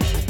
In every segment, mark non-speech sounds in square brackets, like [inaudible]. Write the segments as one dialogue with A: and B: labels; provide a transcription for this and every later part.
A: Uh, um,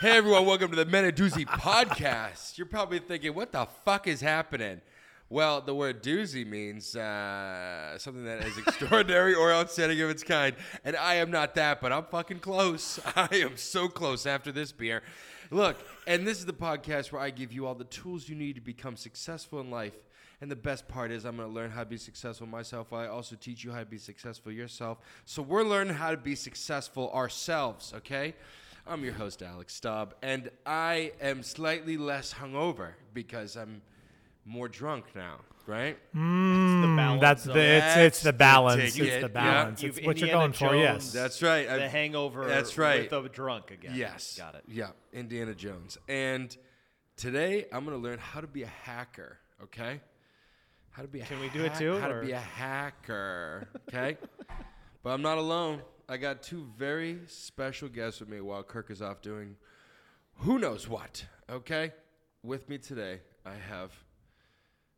A: Hey everyone, welcome to the Menadoozy podcast. You're probably thinking, what the fuck is happening? Well, the word doozy means uh, something that is extraordinary or outstanding of its kind. And I am not that, but I'm fucking close. [laughs] I am so close after this beer. Look, and this is the podcast where I give you all the tools you need to become successful in life. And the best part is, I'm going to learn how to be successful myself while I also teach you how to be successful yourself. So, we're learning how to be successful ourselves, okay? I'm your host, Alex Staub, and I am slightly less hungover because I'm more drunk now, right?
B: Mm,
C: That's
B: that's
C: the
B: the it's it's the
A: That's the
B: balance.
A: ticket.
B: it's the
A: Yeah.
B: balance.
C: You've
B: It's what you're
C: Indiana
B: going for. Yes.
C: Jones.
A: That's right.
C: the
A: I-
C: hangover.
A: That's right.
C: With a drunk again.
A: Yes.
C: Got it.
A: Yeah, Indiana Jones. And today I'm going to learn how to be a hacker, okay? How to be a
B: Can we do it
A: hack-
B: too,
A: How
B: or-
A: to be a hacker, okay? but I'm not alone. I got two very special guests with me while Kirk is off doing who knows what, okay? With me today, I have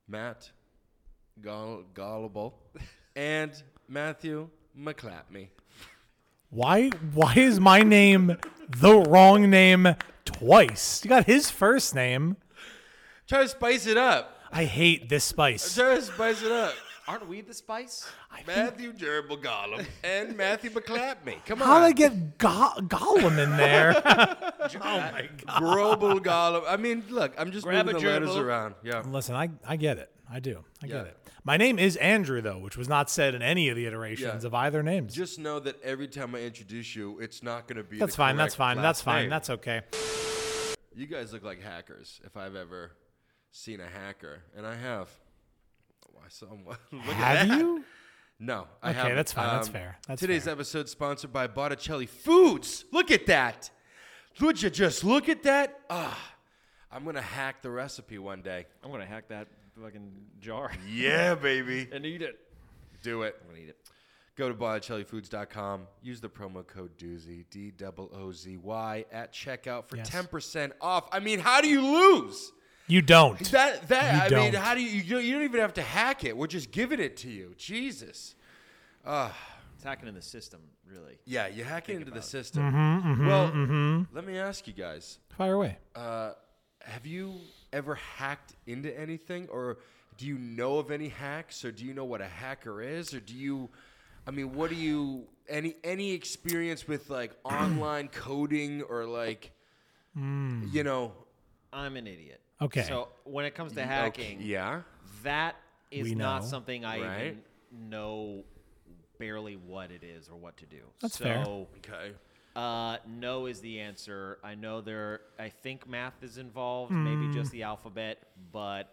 A: Matt Gall- Gullible and Matthew McClapney.
B: Why why is my name the wrong name twice? You got his first name.
A: Try to spice it up.
B: I hate this spice.
A: Try to spice it up.
C: Aren't we the spice?
A: Matthew Gerbil Gollum and Matthew McClapney. Come
B: How would I
A: on.
B: get go- Gollum in there? [laughs]
A: Gerbil Gollum. I mean, look, I'm just
C: Grab
A: moving
C: a
A: the letters
C: gerbil.
A: around. Yeah.
B: Listen, I I get it. I do. I get
A: Yeah.
B: it. My name is Andrew though, which was not said in any of the iterations
A: Yeah.
B: of either names.
A: Just know that every time I introduce you, it's not going to be.
B: that's
A: the
B: fine. That's
A: correct
B: fine. That's
A: last
B: fine.
A: name.
B: That's okay.
A: You guys look like hackers. If I've ever seen a hacker, and I have. Oh, Why someone? [laughs] Look at
B: Have
A: that.
B: you?
A: No, I
B: Okay,
A: haven't. Um,
B: that's fine, that's fair, that's
A: today's
B: fair.
A: episode sponsored by Botticelli Foods. Look at that. Would you just look at that? Ah, I'm gonna hack the recipe one day.
C: I'm gonna hack that fucking jar
A: Yeah, [laughs] baby.
C: [laughs] and eat it.
A: Do it.
C: I'm gonna eat it.
A: Go to BotticelliFoods.com. Use the promo code Doozy D O O Z Y at checkout for
B: Yes.
A: ten percent off. I mean, how do you lose?
B: You don't.
A: That that
B: You
A: I mean,
B: don't.
A: how do you? You don't, you don't even have to hack it. We're just giving it to you. Jesus.
C: It's hacking in the system, really.
A: Yeah, you hack it into the system.
B: Mm-hmm,
A: well, let me ask you guys.
B: Fire away.
A: Uh, have you ever hacked into anything, or do you know of any hacks, or do you know what a hacker is, or do you? I mean, what do you any any experience with
C: [clears throat]
A: like online coding or like,
C: Hmm.
A: you know,
C: I'm an idiot.
B: Okay.
C: So when it comes to
A: okay,
C: hacking,
A: yeah,
C: that is
B: We
C: not
B: know.
C: something I
A: Right.
C: even know barely what it is or what to do.
B: That's
C: so,
B: fair.
A: okay,
C: Uh, no is the answer. I know there. I think math is involved,
A: Hmm.
C: maybe just the alphabet, but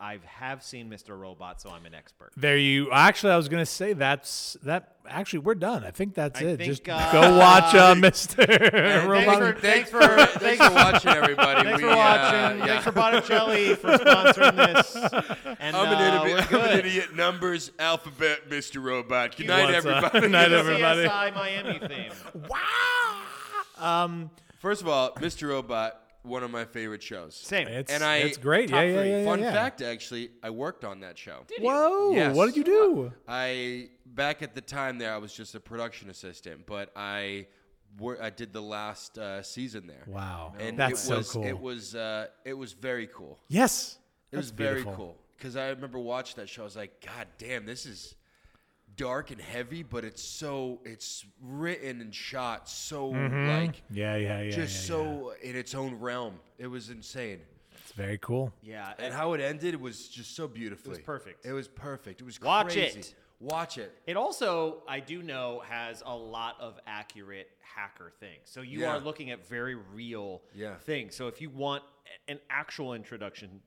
C: I have seen Mr. Robot, so I'm an expert.
B: There you actually I was gonna say that's that actually we're done. I think that's
C: I
B: it.
C: think,
B: Just
C: uh,
B: go watch uh, [laughs] Mr.
A: Thanks
B: Robot.
A: for, thanks for thanks
C: [laughs]
A: for watching, everybody.
C: Thanks
A: We,
C: for
A: uh,
C: watching.
A: yeah.
C: Thanks
A: [laughs]
C: for Botticelli for sponsoring this. And,
A: I'm
C: uh,
A: an, idiot,
C: we're
A: I'm an
C: good.
A: idiot. Numbers, alphabet, Mr. Robot. Good night,
C: uh,
B: What's up?
A: everybody.
C: [laughs]
B: Night,
C: The
B: everybody.
C: CSI Miami theme.
B: Wow. Um
A: First of all, Mr. Robot, one of my favorite shows.
C: Same.
B: it's
A: and I
B: it's great.
A: top
B: Yeah, yeah,
A: three.
B: yeah, yeah.
A: Fun
B: yeah.
A: fact, actually, I worked on that show.
B: Whoa,
A: Yes.
B: what did you do?
A: I back at the time there, I was just a production assistant, but I wor- I did the last uh, season there.
B: Wow.
A: and
B: that's
A: it
B: so
A: was,
B: cool.
A: It was uh, it was very cool.
B: yes.
A: It
B: That's
A: was very
B: beautiful.
A: cool because I remember watching that show. I was like, God damn, this is dark and heavy, but it's so it's written and shot so like
B: Yeah, yeah, Mm-hmm. yeah.
A: just
B: yeah, yeah.
A: so in its own realm. It was insane.
B: it's very cool.
C: Yeah.
A: And how it ended was just so beautifully. It
C: perfect.
A: It was perfect. It was
C: Watch
A: crazy.
C: it.
A: Watch it.
C: It also, I do know, has a lot of accurate hacker things. So you
A: Yeah.
C: are looking at very real
A: Yeah.
C: things. So if you want a- an actual introduction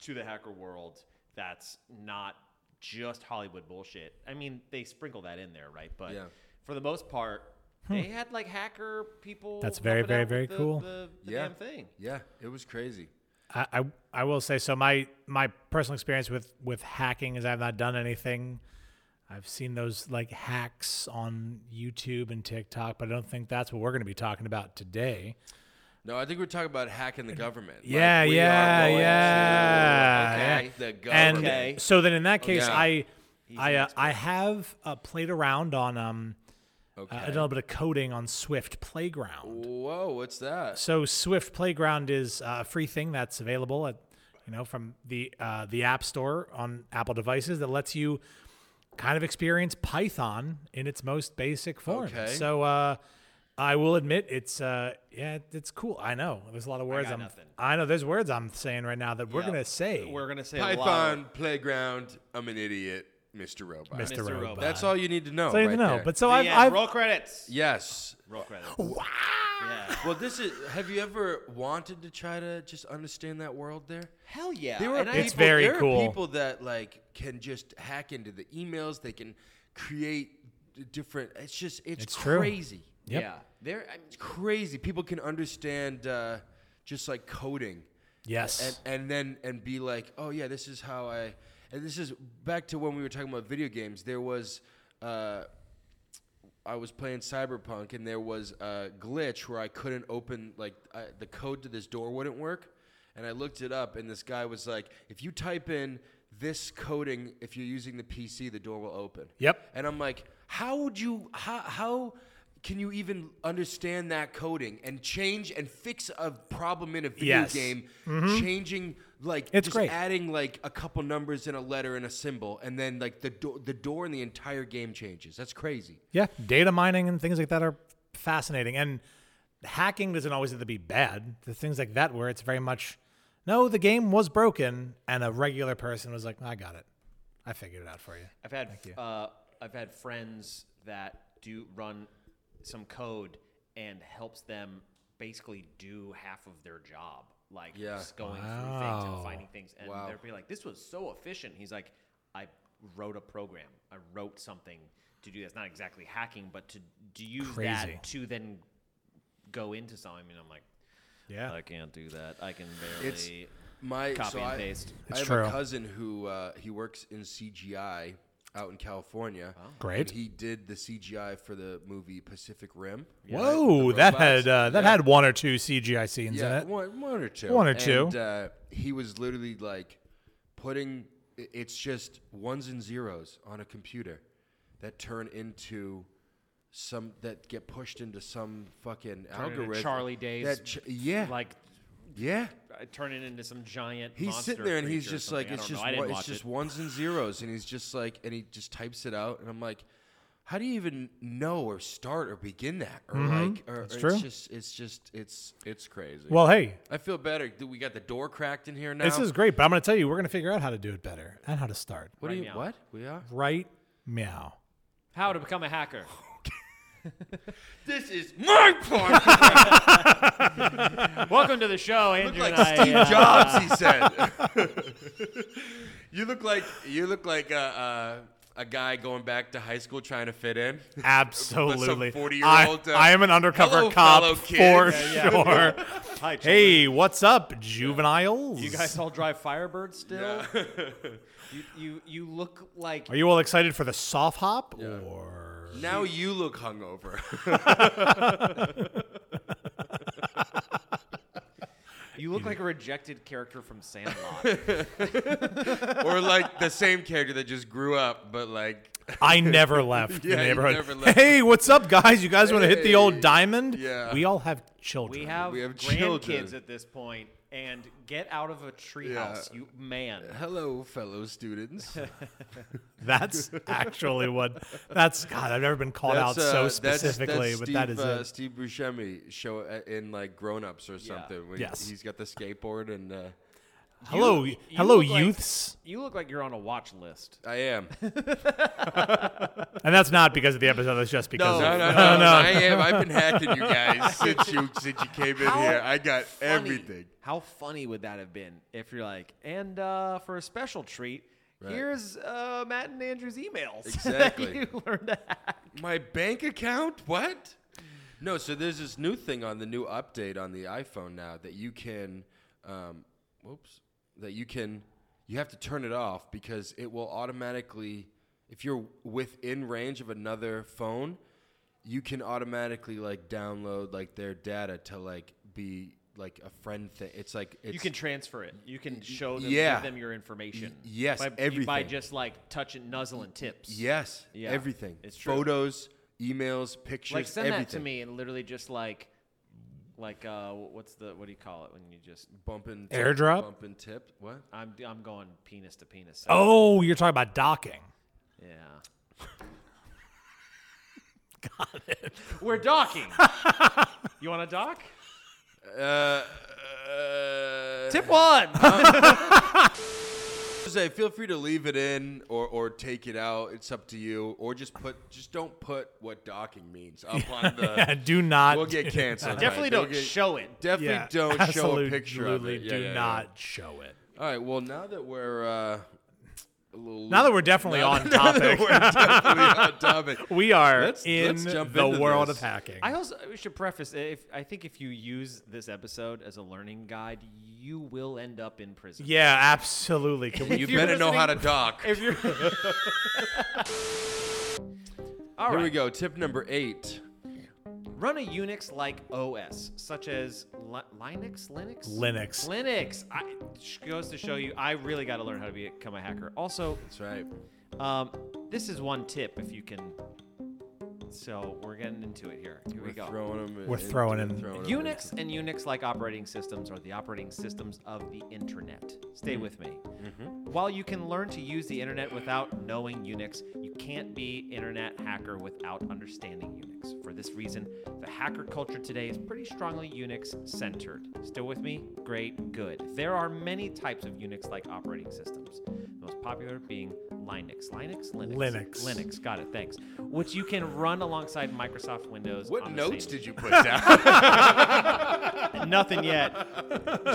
C: to the hacker world, that's not just Hollywood bullshit. I mean, they sprinkle that in there, right? But
A: Yeah.
C: for the most part, they had like hacker people.
B: Hmm. That's very,
C: helping
B: very,
C: out
B: very
C: with the-
B: cool.
C: The, the
A: Yeah.
C: damn thing.
A: Yeah, it was crazy.
B: I, I I will say so. My my personal experience with with hacking is I've not done anything. I've seen those like hacks on YouTube and TikTok, but I don't think that's what we're going to be talking about today.
A: No, I think we're talking about hacking the government. Like,
B: yeah,
A: we are
B: yeah,
A: going to-
B: yeah,
A: okay, Oh,
B: yeah.
A: the government.
C: Okay.
B: And so then in that case,
A: Yeah.
B: I I
C: an
B: uh, I have uh, played around on um
A: Okay.
B: uh, a little bit of coding on Swift Playground.
A: Whoa, what's that?
B: So Swift Playground is uh, a free thing that's available at you know from the uh, the App Store on Apple devices that lets you kind of experience Python in its most basic form.
A: Okay.
B: So uh, I will admit it's uh, yeah it's cool. I know there's a lot of words
C: got
B: I'm
C: nothing.
B: I know there's words I'm saying right now that we're
C: Yep.
B: gonna say.
C: We're gonna say a lot.
A: Python playground. I'm an idiot, Mr. Robot.
C: Mr.
B: Mr. Robot.
C: Robot.
A: That's all you need to know.
B: So you
A: right
B: know,
A: there.
B: but so
C: The
B: I've,
C: end.
B: I've
C: roll credits.
A: yes.
C: Roll credits.
B: wow.
C: Yeah.
A: Well, this is. Have you ever wanted to try to just understand that world there?
C: Hell yeah.
A: There are
C: And I-
A: people,
B: It's very
A: there are
B: cool.
A: people that like can just hack into the emails. They can create d- different. It's just it's,
B: It's true.
A: crazy.
B: Yep.
C: Yeah. There. I
A: It's crazy. People can understand uh, just like coding,
B: Yes.
A: and and then and be like, oh yeah, this is how I. And this is back to when we were talking about video games. There was. Uh, I was playing Cyberpunk and there was a glitch where I couldn't open like I, the code to this door wouldn't work, and I looked it up and this guy was like, "If you type in this coding, if you're using the PC, the door will open."
B: Yep.
A: And I'm like, "How would you? How how can you even understand that coding and change and fix a problem in a video
B: Yes.
A: game? Changing like
B: Mm-hmm. It's
A: just
B: great.
A: adding like a couple numbers and a letter and a symbol, and then like the door the door and the entire game changes. That's crazy."
B: Yeah, data mining and things like that are fascinating. And hacking doesn't always have to be bad. The things like that where it's very much, no, the game was broken, and a regular person was like, I got it, I figured it out for you.
C: I've had uh, I've had friends that do run some code and helps them basically do half of their job, like
A: Yeah.
C: just going through things and
B: Wow.
C: finding things, and
A: Wow.
C: they'll be like, "This was so efficient." He's like, "I wrote a program. I wrote something to do that's not exactly hacking, but to to use
B: Crazy.
C: that to then go into something." And I'm like,
B: Yeah,
C: "I can't do that. I can
A: It's-
C: barely."
A: My
C: Copy
A: so
C: and
A: I,
C: paste.
A: I
B: It's
A: have a
B: true.
A: cousin who uh, he works in CGI out in California. And
B: Great.
A: he did the CGI for the movie Pacific Rim.
B: whoa,
A: The
B: that
A: robots.
B: had uh, that
A: Yeah.
B: had one or two CGI scenes
A: yeah,
B: in it.
A: one, one or two,
B: One or two.
A: And, uh, he was literally like putting i- it's just ones and zeros on a computer that turn into some that get pushed into some fucking
C: into
A: algorithm.
C: Charlie Day's
A: That ch- yeah,
C: Like
A: yeah.
C: I turn it into some giant.
A: He's
C: monster
A: sitting there and he's
C: creature or
A: just like,
C: something. I
A: it's
C: don't
A: just
C: know. I
A: one-
C: didn't
A: it's
C: watch
A: just
C: it.
A: ones and zeros, and he's just like, and he just types it out, and I'm like, how do you even know or start or begin that, or like, or, or
B: Mm-hmm. true.
A: it's just, it's just, it's, it's crazy.
B: Well, hey,
A: I feel better. Dude, We got the door cracked in here now.
B: this is great, but I'm gonna tell you, we're gonna figure out how to do it better and how to start.
A: what do
C: Right
A: you,
C: now.
A: what we are?
B: Right meow.
C: How to become a hacker.
A: This is my podcast.
C: Welcome to the show,
A: You [laughs] look
C: Andrew
A: like
C: and I.
A: Steve
C: uh,
A: Jobs. He said,
B: [laughs]
A: you look like you look like a, a, a guy going back to high school trying to fit in.
B: Absolutely.
A: 40-year-old,
B: I,
A: uh,
B: I am an undercover
A: "Hello, fellow
B: cop
A: kid."
B: for
C: Yeah,
B: sure.
C: Hi, children.
B: hey, what's up, juveniles?
C: you guys all drive Firebirds still?
A: Yeah. [laughs]
C: You, you you look like
B: Are you all excited for the soft hop or
A: Now you look hungover. [laughs]
C: you look like a rejected character
A: [laughs]
C: from Sandlot.
A: or like the same character that just grew up, but like [laughs]
B: I never left
A: Yeah,
B: the
A: you
B: neighborhood.
A: never left.
B: Hey, what's up, guys? You guys want to hit the
A: Hey.
B: old diamond?
A: Yeah.
B: We all have children.
C: We have,
A: We have
C: grandkids
A: children.
C: at this point, and get out of a
A: Yeah.
C: treehouse, you man.
A: hello, fellow
B: [laughs]
A: students. [laughs]
B: That's actually what. That's God. I've never been called out so specifically, but
A: uh, Steve,
B: that is
A: uh,
B: it.
A: Steve Buscemi show uh, in like Grown Ups or something. when
B: Yes.
A: he's got the skateboard and uh,
B: Hello,
C: you
B: hello,
C: look like-
B: youths,
C: You look like you're on a watch list.
A: I
C: [laughs]
A: am. no,
B: and that's not because of the episode. That's just because.
A: no, no,
B: of,
A: I am. I've been hacking you [laughs] guys since you since you came in
C: How
A: here. I got
C: funny-
A: everything.
C: How funny would that have been if you're like, and uh, for a special treat, here's uh, Matt and Andrew's emails [laughs]
A: Exactly.
C: that you learned to hack.
A: My bank account? What? No, so there's this new thing on the new update on the iPhone now that you can, um, whoops, that you can, you have to turn it off because it will automatically, if you're within range of another phone, you can automatically like download like their data to like be like a friend thing. It's like it's
C: You can transfer it. You can show them,
A: yeah.
C: give them your information.
A: Y- yes,
C: by, by
A: everything.
C: just like touching, nuzzling tips.
A: Yes.
C: Yeah,
A: Everything.
C: it's true.
A: Photos, emails, pictures,
C: like send
A: everything.
C: that to me and literally just like like uh what's the what do you call it when you just
A: Bumping
B: Airdrop?
A: bumping tip. What?
C: I'm I'm going penis to penis. so-
B: Oh, you're talking about docking.
C: Yeah.
A: [laughs]
C: Got it.
A: [laughs]
C: We're docking. you want to dock?
A: Uh, uh,
C: Tip [laughs] one.
A: Jose, feel free to leave it in or, or take it out. It's up to you. Or just put just don't put what docking means up
B: [laughs]
A: on the.
B: do not.
A: We'll get
B: do- [laughs]
A: canceled.
C: Definitely
A: Right, we'll
C: don't
A: get-
C: show it.
A: Definitely
B: Yeah,
A: don't show a
B: absolutely
A: picture of it. Yeah,
B: do
A: yeah, yeah.
B: not show it.
A: All right. Well, now that we're uh, a little
B: Now that we're definitely
A: Now
B: on
A: that- [laughs] now that
B: topic,
A: we're definitely on topic.
B: we are
A: Let's-
B: in
A: let's jump
B: the
A: into
B: world
A: this.
B: of hacking.
C: I also we should preface if I think if you use this episode as a learning guide, you will end up in prison.
B: yeah, absolutely.
C: [laughs]
B: Can we?
A: You
C: you're
A: better know how to
C: listening-
A: dock.
C: If you're All
A: Here
C: right.
A: we go. Tip number eight.
C: Run a Unix-like OS, such as Li- Linux, Linux,
B: Linux.
C: Linux. I, sh- goes to show you, I really got to learn how to become a hacker. Also,
A: That's right.
C: um, this is one tip if you can. So we're getting into it here. Here we
A: We're
C: go.
A: throwing them.
B: We're throwing in-
C: Unix and Unix like operating systems are the operating systems of the internet. Stay
A: Mm.
C: with me.
A: Mm-hmm.
C: While you can learn to use the internet without knowing Unix, you can't be internet hacker without understanding Unix. For this reason, the hacker culture today is pretty strongly Unix centered. Still with me? Great, good. There are many types of Unix like operating systems. The most popular being Linux. Linux, Linux.
B: Linux.
C: Linux. Got it. Thanks. Which you can run alongside Microsoft Windows.
A: What
C: on the
A: notes [laughs]
C: same-
A: did you put down?
C: nothing yet.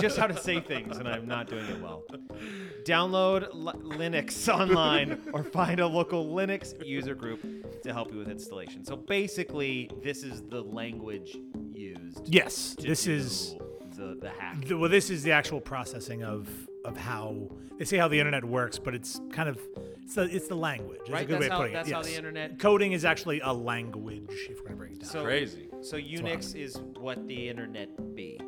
C: Just how to say things, and I'm not doing it well. Download Li- Linux online or find a local Linux user group to help you with installation. So basically, this is the language used.
B: yes,
C: to
B: this
C: do
B: is.
C: the the hack.
B: the- Well, this is the actual processing of of how they say how the internet works, but it's kind of it's the, it's the language. It's a
C: Right,
B: good
C: that's
B: way of
C: how-
B: putting
C: that's
B: it.
C: how the
B: yes.
C: internet-
B: coding is actually a language. If we're gonna break it down,
C: so
A: Crazy.
C: So Unix is what the internet be.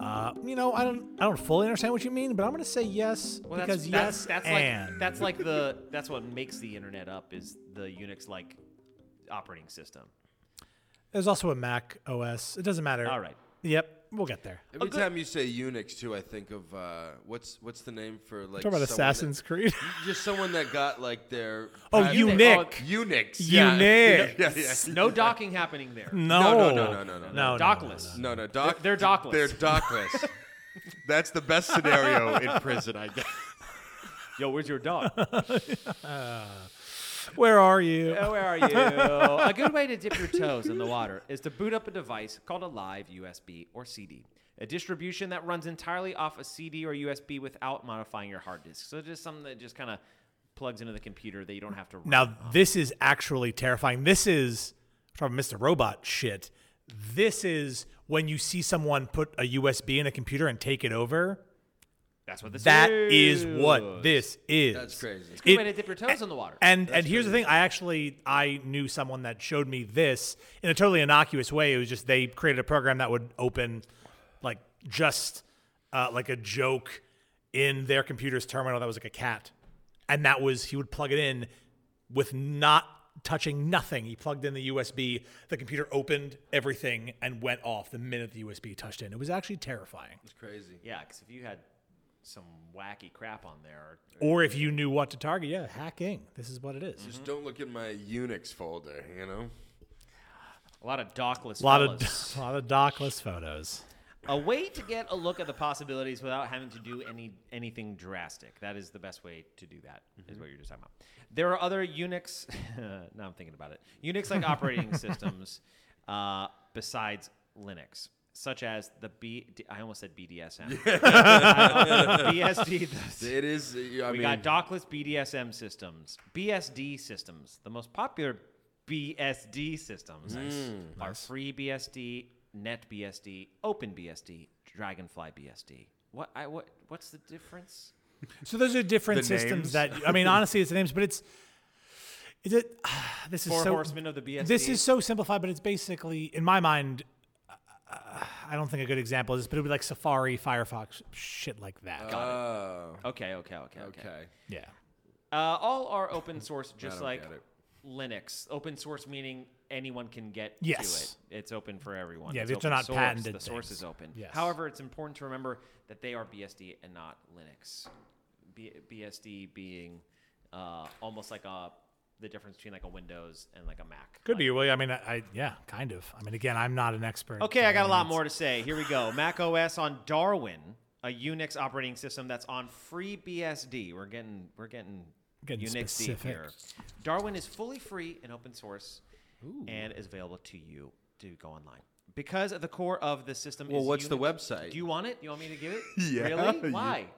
B: uh, you know, I don't I don't fully understand what you mean, but I'm gonna say yes
C: Well,
B: because yes
C: that's, that's
B: and
C: like that's like the that's what makes the internet up is the Unix like operating system.
B: there's also a Mac OS. It doesn't matter.
C: All right.
B: Yep, we'll get there.
A: Every time you say Unix, too, I think of uh, what's what's the name for like
B: Talk about
A: someone that-
B: Assassin's Creed.
A: [gasps] just someone that got like their
B: [laughs] Oh,
A: private-
B: Unic.
A: Unix. Yeah. [laughs]
B: Unique.
A: Yeah, yeah.
C: No docking happening there.
B: No.
A: no, no, no, no, no,
B: no.
C: Dockless. [laughs]
A: No, no, doc.
C: They're- they're dockless.
A: They're dockless. [laughs] That's the best scenario [laughs] in prison, I guess.
B: [laughs]
C: Yo, where's your dog?
B: Where are you?
C: Oh, [laughs] where
B: [laughs]
C: are you? a good way to dip your toes in the water is to boot up a device called a live USB or CD, a distribution that runs entirely off a CD or USB without modifying your hard disk. So just something that just kind of plugs into the computer that you don't have to. Run.
B: Now this is actually terrifying. This is from Mr. Robot shit. This is when you see someone put a USB in a computer and take it over.
C: that's what this
B: That
C: is.
B: is what this is.
A: That's crazy. It's
C: Good way to dip your toes in the water.
B: and and here's the thing. I actually I knew someone that showed me this in a totally innocuous way. It was just they created a program that would open like just uh, like a joke in their computer's terminal that was like a cat, and that was he would plug it in with not touching nothing. He plugged in the USB. The computer opened everything and went off the minute the USB touched in. It was actually terrifying.
A: crazy.
C: yeah, because if you had some wacky crap on there,
B: Or if you knew what to target, yeah, hacking. This is what it is.
A: Just don't look in my Unix folder, you know?
C: a lot of dockless.
B: A lot of [laughs]
C: fellas.
B: a lot of dockless photos.
C: a way to get a look at the possibilities without having to do any anything drastic. That is the best way to do that. Is what you're just talking about. There are other Unix. [laughs] now I'm thinking about it. Unix-like operating systems uh, besides Linux, such as the B. I almost said [laughs] BDSM. BSD. the-
A: It is, uh, I
C: we
A: mean,
C: got dockless BDSM systems, BSD systems. The most popular BSD systems
A: Mm,
C: are FreeBSD, NetBSD, OpenBSD, Dragonfly BSD. What I what what's the difference?
B: So those are different
A: The names?
B: systems that I mean, honestly, it's the names, but it's is it [sighs] this is
C: Four
B: so
C: horsemen of the BSD.
B: this is so simplified, but it's basically in my mind. Uh, I don't think a good example is, but it would be like Safari, Firefox, shit like that.
A: Oh,
C: okay, okay, okay, okay.
A: okay.
B: yeah,
C: Uh, all are open source,
A: I [laughs]
C: just
A: don't
C: like
A: get it.
C: Linux. Open source meaning anyone can get
B: Yes.
C: to it. It's open for everyone.
B: Yeah,
C: it's
B: these are
C: open
B: not
C: source.
B: patented
C: The source
B: things.
C: is open.
B: Yes.
C: However, it's important to remember that they are BSD and not Linux. B- BSD being uh, almost like a the difference between like a Windows and like a Mac.
B: Could be. Well, I mean, I, I yeah, kind of. I mean, again, I'm not an expert.
C: Okay, I got a
B: mean,
C: lot
B: it's-
C: more to say. Here we go. Mac OS on Darwin, a Unix operating system that's on free BSD. We're getting we're getting,
B: Getting
C: Unix deep
B: specific.
C: here. Darwin is fully free and open source, and is available to you to go online. Because at the core of the system
A: Well,
C: is
A: what's the
C: Unix-
A: website?
C: Do you want it? You want me to give it?
A: [laughs] Yeah,
C: Really?
A: you-
C: Why?
A: [laughs]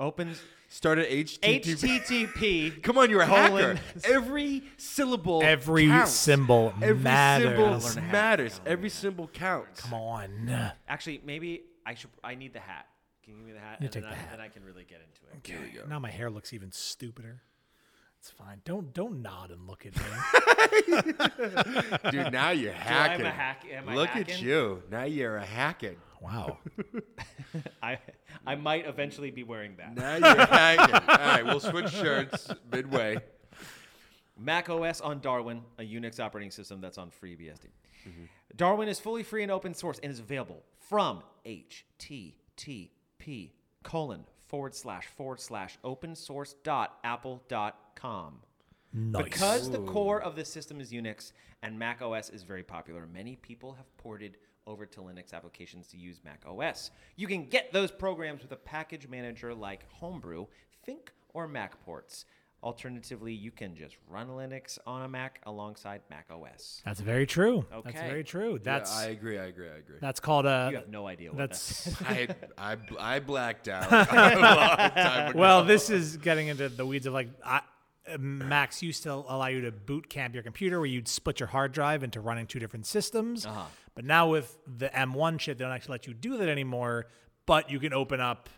C: Opens
A: Start at HTTP.
C: HTTP.
A: [laughs] Come on, you're a hacker. [laughs]
C: colon
A: Every syllable.
B: Every
A: counts.
B: symbol
A: Every
B: matters.
A: symbol matters. Every symbol counts.
B: Come on.
C: Actually, maybe I should. I need the hat. Can you give me the hat?
B: You
C: and then,
B: take
C: I,
B: the hat.
C: then I can really get into it.
A: Here we go.
B: Now my hair looks even stupider. It's fine. Don't don't nod and look at me.
A: Dude, [laughs] now you're hacking.
C: I'm a hack- am I
A: Look at
C: hacking?
A: you. Now you're a hacking.
B: wow.
C: I I might eventually be wearing that.
A: [laughs] Now you're hacking. All right, we'll switch shirts midway.
C: Mac OS on Darwin, a Unix operating system that's on free BSD. Darwin is fully free and open source and is available from http colon forward slash forward slash open source dot apple dot com.
B: Nice.
C: Because the core of the system is Unix and Mac OS is very popular, many people have ported over to Linux applications to use Mac OS. You can get those programs with a package manager like Homebrew, Think, or MacPorts. Alternatively, you can just run Linux on a Mac alongside Mac OS.
B: That's very true.
C: Okay.
B: That's very true. That's
A: I agree. I agree. I [laughs] agree.
B: that's called a.
C: You have no idea what that's. [laughs]
B: that's
A: I, I, I blacked [laughs] out a long time ago.
B: well. This is getting into the weeds of like I, uh, Max used to allow you to boot camp your computer where you'd split your hard drive into running two different systems. Uh-huh. But now with the M1 shit, they don't actually let you do that anymore. But you can open up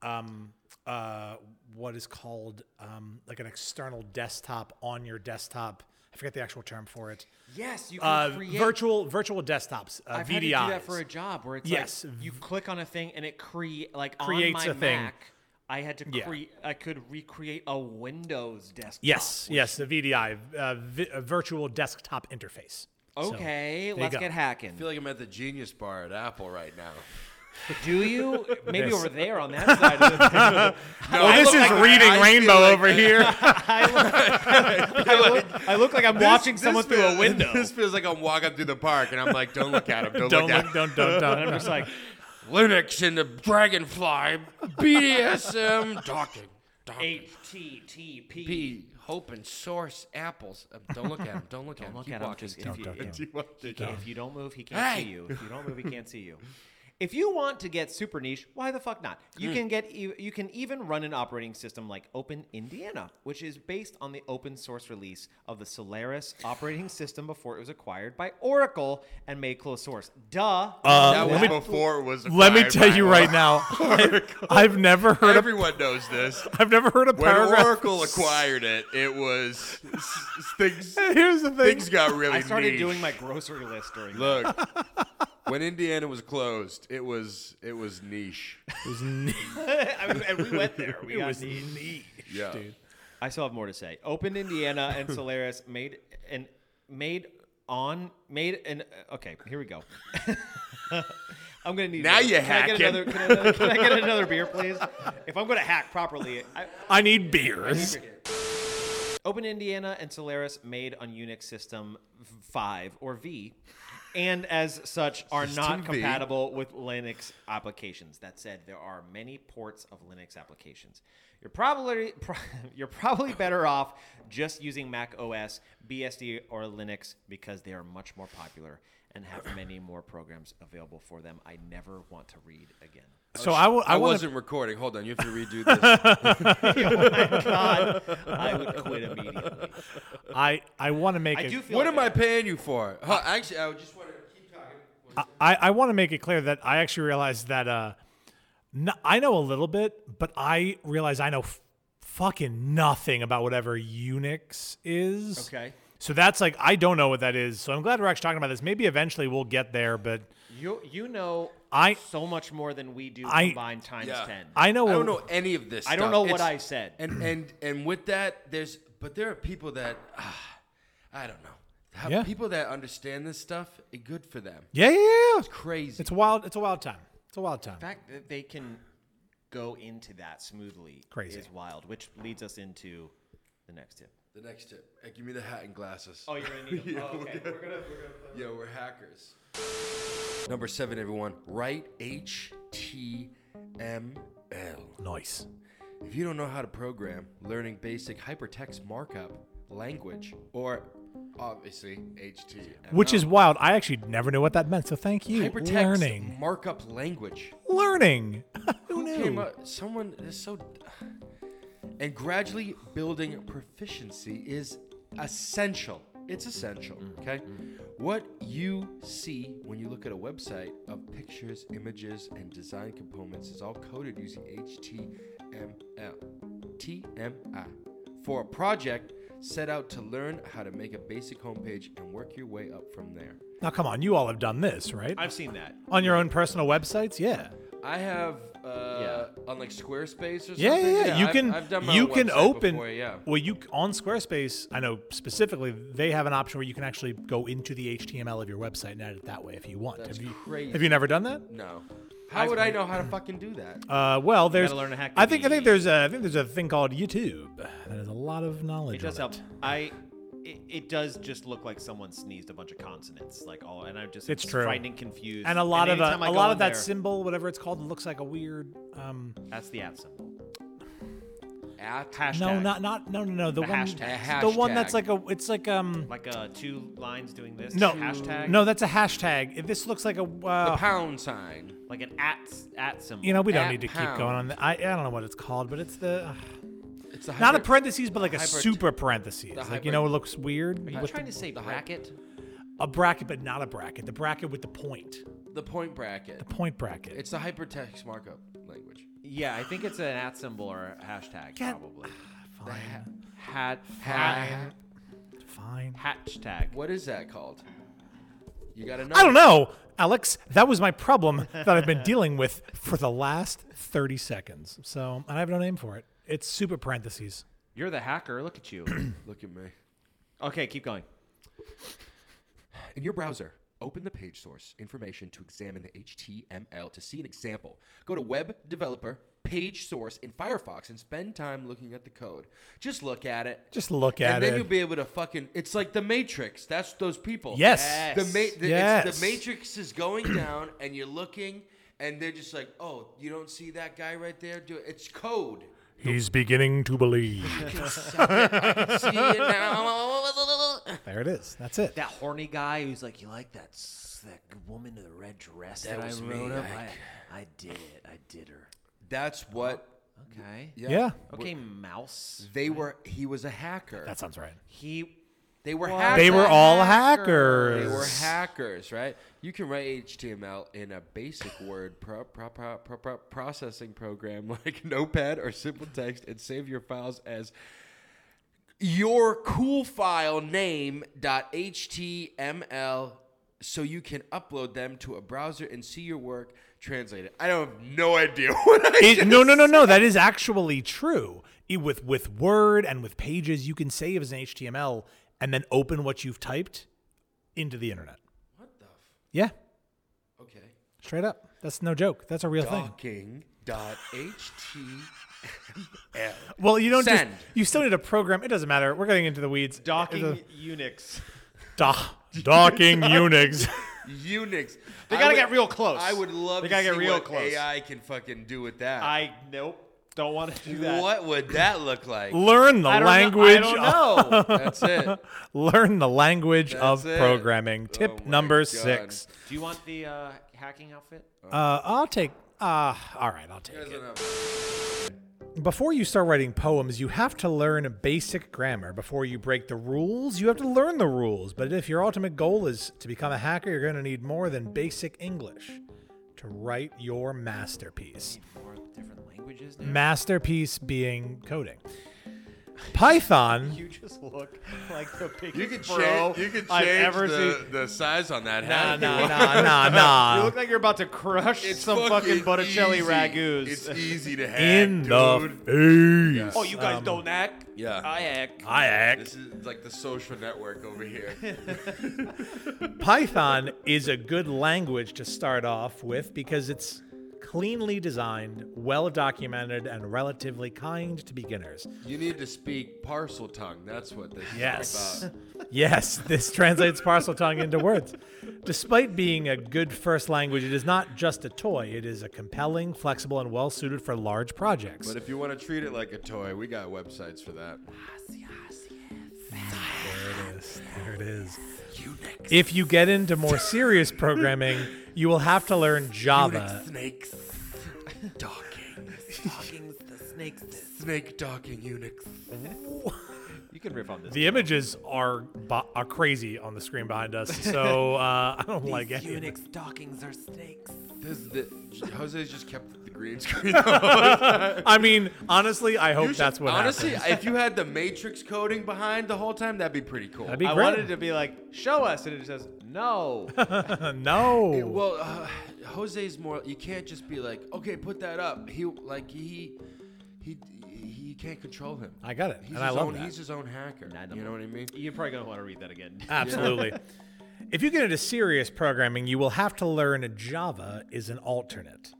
B: um, uh, what is called um, like an external desktop on your desktop. I forget the actual term for it.
C: Yes, you can
B: Uh,
C: create.
B: virtual virtual desktops. Uh,
C: I've
B: VDIs.
C: had to do that for a job where it's
B: Yes,
C: like you click on a thing and it create like
B: Creates
C: on my
B: a thing.
C: Mac. I had to
B: Yeah.
C: create. I could recreate a Windows desktop.
B: Yes,
A: Oh,
C: which
B: yes, the VDI, uh, vi- uh, virtual desktop interface. So,
C: Okay,
B: there you
C: let's
B: go.
C: get hacking.
A: I feel like I'm at the Genius Bar at Apple right now.
C: Do you? Maybe over there on that side. Of
B: [laughs]
C: the
A: No,
B: Well,
A: I
B: this
A: look
B: is
A: like-
B: reading
A: I feel
B: rainbow
A: like-
B: over
A: [laughs]
B: here.
C: I, look, I, look, I look like I'm
A: This-
C: watching
A: this
C: someone through a
A: feels-
B: [laughs]
C: window.
A: [laughs] This feels like I'm walking through the park and I'm like, don't look at him. Don't,
B: don't
A: look at
B: look,
A: him.
B: don't,
A: [laughs]
B: don't,
C: I'm
B: don't.
C: just like,
A: Linux and the Dragonfly, BDSM, [laughs] talking, talking.
C: HTTP.
A: P, hope and source apples. Uh, don't look at him. Don't look at him.
C: look
A: Keep
C: at him,
A: walking.
C: just-
A: Keep
C: don't-
A: walking.
B: don't-
A: Keep walking.
C: He can't, if you don't move, he can't see
A: Hey!
C: you. If you don't move, he can't see you. [laughs] If you want to get super niche, why the fuck not? You can get e- you can even run an operating system like Open Indiana, which is based on the open source release of the Solaris operating system before it was acquired by Oracle and made closed source. Duh.
A: That was
B: me-
A: before it was.
B: Let me
A: acquired
B: tell
A: by
B: you right
A: Oracle. [laughs]
B: now, I, I've never heard a,
A: Everyone knows this.
B: I've never heard a
A: When
B: paragraph.
A: Oracle acquired it, it was s- s- things.
B: [laughs] Here's the thing.
A: Things got really.
C: I started
A: niche.
C: doing my grocery list during that.
A: Look, when Indiana was closed, it was it was niche.
C: I mean, and we went there. We
B: It
C: got
B: was
C: the-
B: neat,
A: Yeah.
B: dude.
C: I still have more to say. Opened Indiana
A: [laughs]
C: and Solaris made and made on made and okay. Here we go. [laughs] I'm gonna need
A: Now
C: another-
A: you're
C: can I get
A: hacking.
C: another- can I another- Can I get another beer, please? If I'm gonna hack properly, I,
B: I need beers.
C: Open Indiana and Solaris made on Unix System 5 or V, and as such are
A: System
C: not
A: V.
C: compatible with Linux applications. That said, there are many ports of Linux applications. You're probably pro- [laughs] you're probably better off just using Mac OS, BSD, or Linux because they are much more popular
A: [coughs]
C: and have many more programs available for them. I never want to read again.
B: So I, w-
A: I,
B: I want
A: wasn't recording. Hold on, you have to redo this.
C: God, I
A: [laughs]
C: would quit immediately.
B: I, I want to make
C: I
B: a-
C: do feel
A: what
C: like
A: am I paying you for? Huh, actually, I just want to keep talking.
B: I, I want to make it clear that I actually realized that uh, no, I know a little bit, but I realize I know f- fucking nothing about whatever Unix is.
C: Okay.
B: So that's like I don't know what that is. So I'm glad we're actually talking about this. Maybe eventually we'll get there, but
C: You you know
B: I-
C: so much more than we do
B: I-
C: combined times
A: Yeah.
C: ten.
B: I know
A: I don't know any of this.
C: I don't
A: stuff.
C: know what
A: It's-
C: I said.
A: And and and with that, there's but there are people that ah, I don't know. How,
B: Yeah.
A: People that understand this stuff, it good for them.
B: Yeah, yeah, yeah.
A: It's crazy.
B: It's a wild. It's a wild time. It's a wild time.
C: The fact that they can go into that smoothly
B: Crazy.
C: is wild, which leads us into the next tip.
A: the next tip. Hey, give me the hat and glasses.
C: you're gonna
A: [laughs]
C: need [laughs] them. oh, okay. We're gonna,
A: Yo, we're hackers. Number seven, everyone. Write HTML.
B: Nice.
A: If you don't know how to program, learning basic hypertext markup language, or obviously HTML,
B: Which is wild. I actually never knew what that meant. So thank you.
A: hypertext
B: Learning.
A: markup language.
B: Learning. [laughs] Who
A: Who came
B: knew?
A: up? Someone is so. And gradually building proficiency is essential. It's essential. Okay. What you see when you look at a website of pictures, images, and design components is all coded using HTML, TMI. For a project, set out to learn how to make a basic homepage and work your way up from there.
B: Now come on, you all have done this, right?
C: I've seen that.
B: On your own personal websites, yeah.
A: I have uh, on like Squarespace or something.
B: Yeah, yeah, yeah. You
A: I've-
B: can
A: I've done my
B: you
A: own
B: can
A: website
B: open
A: before, yeah.
B: well you c- on Squarespace, I know specifically they have an option where you can actually go into the HTML of your website and edit it that way if you want.
A: That's
B: have you
A: crazy.
B: have you never done that?
A: No. How would I know how to fucking do that?
B: Uh, well, there's.
C: learn to hack
B: I
C: the
B: think I
C: V.
B: think there's a I think there's a thing called YouTube. There's a lot of knowledge.
C: It does
B: on
C: help. I. It, it does just look like someone sneezed a bunch of consonants, like all, and I'm just
B: It's true.
C: frightened and confused.
B: And a lot of
C: anytime
B: uh,
C: I
B: a
C: go
B: lot
C: in
B: of that
C: there,
B: symbol, whatever it's called, looks like a weird. Um,
C: that's the at symbol.
A: At
C: Hashtag.
B: no, not not no no no the,
C: The
B: one
C: hashtag.
B: the one that's
A: Hashtag.
B: like a it's like um
C: like uh, two lines doing this.
B: no
C: hashtag.
B: no that's a hashtag. If This looks like a
A: the
B: uh,
A: pound sign.
C: like an at at symbol.
B: you know we don't
A: at
B: need to keep
A: pound.
B: going on. The, I I don't know what it's called, but it's the
A: It's the
B: not a
A: hyper-
B: parentheses, but like a
A: hypert-
B: super parentheses.
A: the
B: Like you know
A: hypert-
B: it looks weird.
C: Are you
B: with
C: trying to say
A: the hype-
C: bracket?
B: a bracket, but not a bracket. The bracket with the point,
A: The point bracket.
B: the point bracket.
A: It's the hypertext markup language.
C: Yeah, I think it's an at symbol or a hashtag
B: Get-
C: probably.
B: fine,
C: Hat
A: Ha-
C: hat
B: fine.
C: hashtag.
A: what is that called? You gotta know.
B: I don't know, Alex. That was my problem [laughs] that I've been dealing with for the last 30 seconds. So and I have no name for it. It's super parentheses.
C: You're the hacker. Look at you.
A: Look at me.
C: okay, keep going.
A: In your browser, open the page source information to examine the HTML to see an example. Go to Web Developer, Page Source in Firefox, and spend time looking at the code. Just look at it.
B: Just look at
A: and then
B: it.
A: you'll be able to fucking. It's like the Matrix. That's those people.
B: Yes.
A: The, ma- the, it's,
B: Yes.
A: the Matrix is going [clears throat] down, and you're looking, and they're just like, "Oh, you don't see that guy right there? Do it. It's
B: [laughs]
A: code.
B: He's beginning to believe. [laughs]
A: see it now."
B: there it is. That's it.
C: That horny guy who's like, you like that s- that g- woman in the red dress that,
A: was
C: I
A: me,
C: wrote up? I,
A: I-
C: I did it. I did her.
A: That's what.
C: Okay.
A: Yeah.
B: Yeah.
C: Okay, mouse.
A: They were. He was a hacker.
B: That sounds right.
C: He.
A: they were. Hackers.
B: They were all
A: They were
B: hackers.
A: hackers, right? You can write HTML in a basic word pro- pro- pro- pro- pro- processing program [laughs] like Notepad or Simple Text and save your files as your cool file name .html so you can upload them to a browser and see your work translated. I don't have no idea [laughs] what I
B: It-
A: just
B: no, no, no, no. That is actually true. It- with with Word and with Pages, you can save as an HTML and then open what you've typed into the internet.
A: What the f-
B: Yeah,
A: Okay.
B: straight up. That's no joke. That's a real thing.
A: Docking.html.
B: Well, you don't
A: Send.
B: just you still need a program. It doesn't matter. We're getting into the weeds.
C: Docking
B: It's
C: Unix.
B: a- doc, docking Unix.
A: Unix.
C: They
A: I
C: gotta
A: would-
C: get real close.
A: I would love
C: They
A: to
C: gotta get
A: see
C: real
A: what
C: close.
A: AI can fucking do with that.
C: I nope. Don't want to do that.
A: What would that look
C: [laughs]
A: like?
B: Learn the
C: I don't
B: language.
C: Know, [laughs]
B: of-
C: I don't know.
A: That's it.
B: [laughs] Learn the language of
A: That's it.
B: programming. Tip
A: Oh my
B: number
A: God.
B: six.
C: Do you want the uh, hacking outfit?
B: Uh, I'll take. Uh, all right, I'll take
A: That's
B: it.
A: enough.
B: Before you start writing poems, you have to learn basic grammar. Before you break the rules, you have to learn the rules. But if your ultimate goal is to become a hacker, you're going to need more than basic English to write your masterpiece.
C: More different languages now.
B: Masterpiece being coding. Python.
C: [laughs] You just look like the biggest
A: You could
C: bro
A: change. You could
C: I've
A: change
C: ever
A: the,
C: seen.
A: the size on that
B: [laughs] Nah,
A: hat. if you
B: nah,
A: want.
B: nah, nah,
C: You
B: nah.
C: look like you're about to crush
A: It's
C: some fucking, Botticelli
A: easy.
C: ragus.
A: It's easy to hack,
B: In the
A: dude.
B: face.
C: [laughs] oh, you guys don't act?
A: um, yeah.
C: I act.
B: I act.
A: This is like the social network over
C: [laughs]
A: here.
B: Python is a good language to start off with because it's cleanly designed, well documented, and relatively kind to beginners.
A: You need to speak parcel tongue. That's what this is
B: Yes.
A: all
B: [laughs] yes, this translates parcel tongue into words. Despite being a good first language, it is not just a toy. It is a compelling, flexible, and well suited for large projects.
A: But if you want to treat it like a toy, we got websites for that.
B: There it is. There it is. If you get into more serious programming, you will have to learn Java.
A: Snakes. Docking.
C: Fucking the snakes.
A: Snake docking Unix.
C: You can riff on this.
B: The images are bo- are crazy on the screen behind us,
A: [laughs]
B: so uh, I don't like any of it.
C: stockings are snakes.
A: This, the, Jose's just kept the [laughs] green screen. I
B: I mean, honestly, I hope that's what
A: Honestly,
B: happens.
A: if you had the matrix coding behind the whole time, that'd be pretty cool.
B: That'd be
C: I
B: great.
C: wanted to be like, show us, and it just says [laughs] no.
B: [laughs] no.
A: Well, uh, Jose's more. You can't just be like, okay, put that up. He like he he he can't control him.
B: I got it,
A: He's
B: and I
A: his
B: love
A: own,
B: that.
A: He's his own hacker.
C: I know.
A: You know what I mean?
C: You're probably gonna want to read that [laughs] again.
B: Absolutely. If you get into serious programming, you will have to learn Java is an alternate.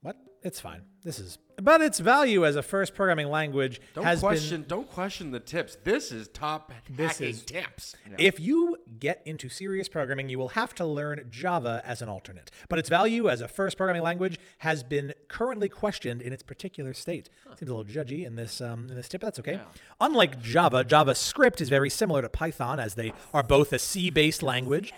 B: What? It's fine. This is, but its value as a first programming language
A: Don't
B: has
A: question.
B: been.
A: Don't question the tips. This is top
B: This
A: hacking
B: is-
A: tips.
B: If you get into serious programming, you will have to learn Java as an alternate, but its value as a first programming language has been currently questioned in its particular state. Seems a little judgy in this um, in this tip. but That's okay. Unlike Java, JavaScript is very similar to Python, as they are both a C-based language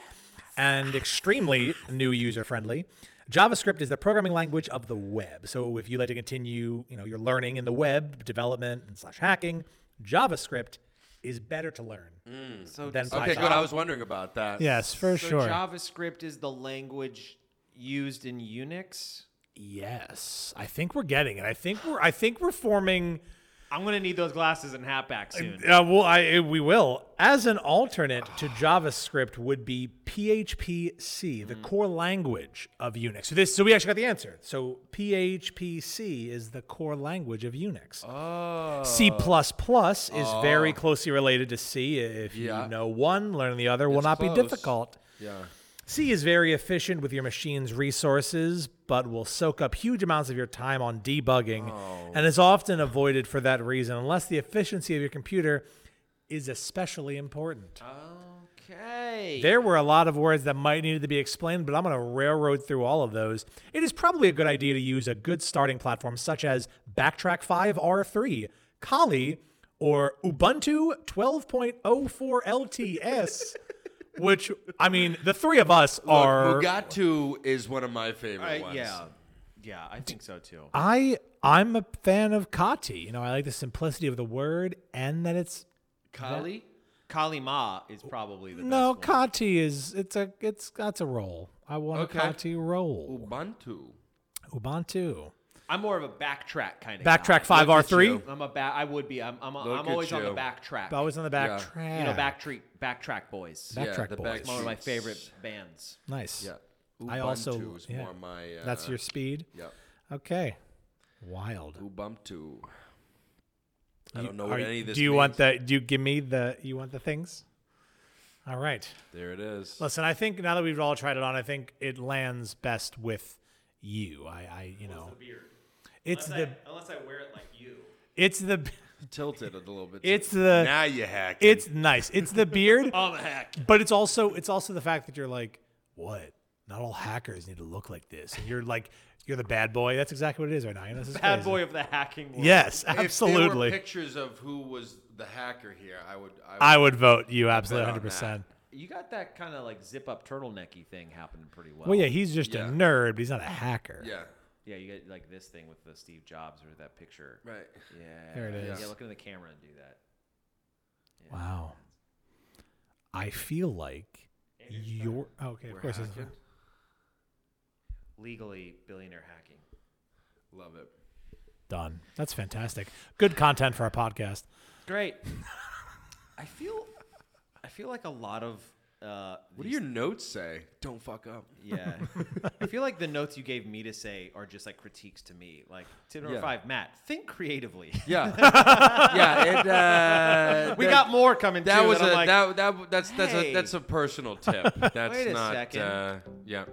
B: and extremely new user friendly. JavaScript is the programming language of the web. So if you like to continue, you know, your learning in the web development and slash hacking, JavaScript is better to learn.
C: so
B: Then
A: Okay,
B: Python.
A: good. I was wondering about that.
B: Yes, for
C: so JavaScript is the language used in Unix.
B: yes, I think we're getting it. I think we're. I think we're forming.
C: I'm gonna need those glasses and hat back soon.
B: Uh, well, I we will. As an alternate to JavaScript would be PHP-C, the core language of Unix. So this. So we actually got the answer. So PHP-C is the core language of Unix.
A: Oh.
B: C++ is very closely related to C. If
A: Yeah.
B: you know one, learning the other will
A: It's
B: not
A: close.
B: be difficult.
A: Yeah.
B: C is very efficient with your machine's resources, but will soak up huge amounts of your time on debugging and is often avoided for that reason, unless the efficiency of your computer is especially important.
C: Okay.
B: There were a lot of words that might need to be explained, but I'm going to railroad through all of those. It is probably a good idea to use a good starting platform such as Backtrack 5 R3, Kali, or Ubuntu 12.04 LTS, which, I mean, the three of us are.
A: Mugatu is one of my favorite
C: Uh,
A: ones.
C: yeah, yeah, I think so too.
B: I I'm a fan of Kati. You know, I like the simplicity of the word and that it's
A: Kali.
C: Kalima is probably the
B: no
C: best one.
B: Kati is it's a it's that's a roll. I want
A: Okay.
B: a Kati roll.
A: Ubuntu.
B: Ubuntu.
C: I'm more of a backtrack kind of
B: Backtrack five R
A: at
B: three.
A: you.
C: I'm a back. I would be. I'm. I'm. a-
A: Look
C: I'm
A: at
C: always on the
A: you.
C: backtrack.
B: Always on the back
A: Yeah.
B: track.
C: you know, backtrack backtrack boys.
B: Back-
A: yeah,
B: Backtrack
A: the
B: Boys.
A: back
B: It's
C: One of my
A: streets.
C: favorite bands.
B: Nice.
A: Yeah.
B: I also-
A: Ubuntu is
B: yeah.
A: more my. Uh,
B: That's your speed.
A: Yep.
B: Okay. Wild.
A: Ubuntu. I don't know
B: Are
A: what
B: you-
A: any of this
B: do you
A: means.
B: want the do you give me the you want the things? All right.
A: There it is.
B: Listen, I think now that we've all tried it on, I think it lands best with you. I, I you know, it's the
C: unless I wear it like you.
B: it's the
A: Tilted it a little bit.
B: it's the
A: now Uh, you hack. it.
B: It's nice. It's
A: [laughs]
B: the beard,
C: I'm a hack.
B: but it's also it's also the fact that you're like, what? Not all hackers need to look like this. And you're like, you're the bad boy. That's exactly what it is right now. You know, this is
C: Bad
B: crazy.
C: boy of the hacking world.
B: Yes,
A: If there were
B: absolutely.
A: pictures of who was the hacker here, I would. I would
B: I would vote you absolutely
A: bet on
B: 100. percent
C: You got that kind of like zip up turtlenecky thing happening pretty well.
B: Well, yeah, he's just
A: Yeah.
B: a nerd, but he's not a hacker.
A: yeah.
C: Yeah, you get like this thing with the Steve Jobs or that picture.
A: Right.
C: Yeah.
B: There it is.
C: Yeah, look in the camera and do that.
B: Wow. I feel like you're oh, okay. Of course, it's-
A: hacking.
C: Legally billionaire hacking.
A: Love it.
B: done. That's fantastic. Good content for our podcast.
C: Great. [laughs] I feel, I feel like a lot of. Uh,
A: What do
C: these-
A: your notes say? Don't fuck up.
C: Yeah. I feel like the notes you gave me to say are just like critiques to me. Like tip number
A: Yeah.
C: five, Matt,
A: [laughs]
C: think creatively.
B: [laughs]
A: Yeah, yeah. It, uh,
C: we
A: that-
C: got more coming.
A: that
C: too,
A: was
C: that
A: a
C: I'm like,
A: that, that that's that's
C: "Hey."
A: a that's a
B: [laughs]
A: personal tip. That's
C: Wait a
A: not.
C: second.
A: Uh, yeah.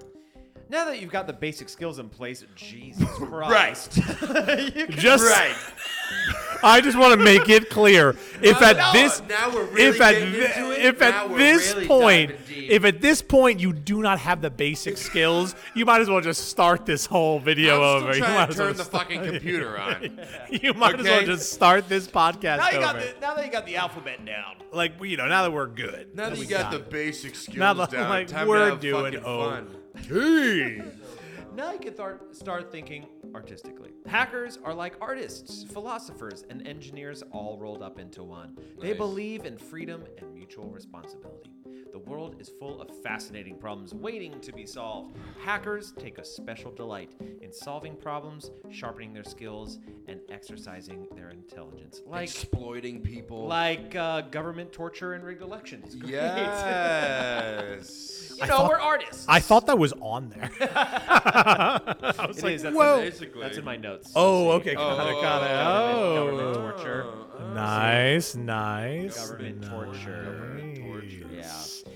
C: Now that you've got the basic skills in place,
A: [laughs]
C: Jesus Christ. [laughs] you can-
B: Just I just want to make
A: [laughs]
B: it clear if
A: No,
B: at
A: no,
B: this
A: now we're really
B: if at
A: getting
B: thi-
A: into it.
B: if
A: Now
B: at
A: we're
B: this
A: really
B: point
A: diving deep.
B: if at this point you do not have the basic skills, you might as well just start this whole video
A: I'm
B: over. [laughs]
A: still
B: you
A: trying
B: might
A: to
B: as well
A: turn the
B: st-
A: fucking
B: [laughs]
A: computer on.
B: you might as well
A: okay?
B: just start this podcast
C: now, you got
B: over.
C: the, now that you got the alphabet down.
B: like you know, now that we're good.
A: Now that you got the basic skills
B: Now that,
A: down,
B: like,
A: time
B: we're
A: to have
B: doing
A: fucking
B: O.
A: fun.
C: Now you can start start thinking artistically. Hackers are like artists, philosophers, and engineers all rolled up into one. They
A: Nice.
C: believe in freedom and mutual responsibility. The world is full of fascinating problems waiting to be solved. Hackers take a special delight in solving problems, sharpening their skills, and exercising their intelligence. Like
A: Exploiting people.
B: [laughs]
C: like uh, government torture and rigged elections. Great.
A: yes.
C: [laughs] you know,
B: thought-
C: we're artists.
B: I thought that was
A: [laughs]
B: on there. [laughs] I was
C: It
B: like,
C: is, That's,
B: whoa.
C: In,
A: Basically.
C: that's in my notes.
B: Oh,
C: Let's see.
B: okay.
A: Oh,
B: got it,
A: oh,
B: got it.
C: oh, government
B: Oh.
C: torture.
B: Nice, nice.
C: Government
B: nice.
C: torture. Government Yeah.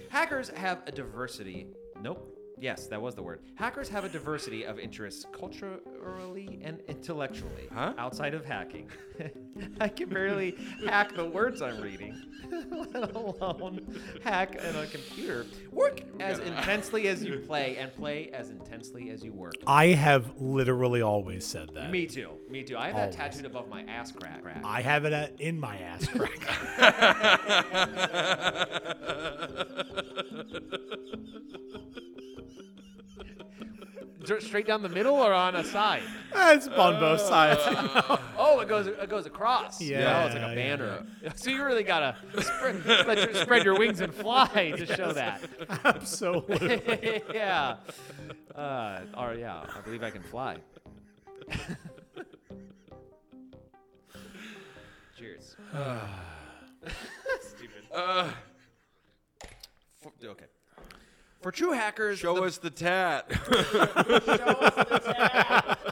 C: Hackers have a diversity. Nope. Yes, that was the word. Hackers have a diversity of interests culturally and intellectually
A: Huh?
C: outside of hacking. [laughs] I can barely hack the words I'm reading, [laughs] let alone hack on a computer. Work as intensely as you play and play as intensely as you work.
B: I have literally always said that.
C: Me too. Me too. I have
B: Always.
C: that tattooed above my ass crack. crack.
B: I have it at, in my
A: [laughs]
B: ass crack.
C: Dr- Straight down the middle or on a side?
B: it's on both sides.
A: Uh.
C: Oh, it goes it goes across.
B: Yeah,
C: oh, it's like
B: yeah.
C: a banner. [laughs] So you really gotta spread, let your, spread your wings and fly to show that.
B: [laughs]
A: [laughs]
B: Absolutely.
C: [laughs] yeah. Uh, or yeah, I believe I can fly. [laughs] Cheers.
B: [sighs]
C: [laughs] Stupid. For, okay. For true hackers,
A: Show us the tat. [laughs]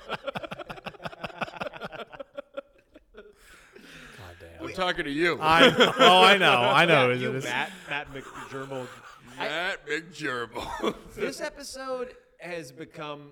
A: I'm talking to you.
B: I, oh, I know.
A: [laughs]
B: I know. Is
C: you [laughs]
B: it- is-
C: Matt, Matt McDermott.
A: Matt Big Gerbil. [laughs]
C: This episode has become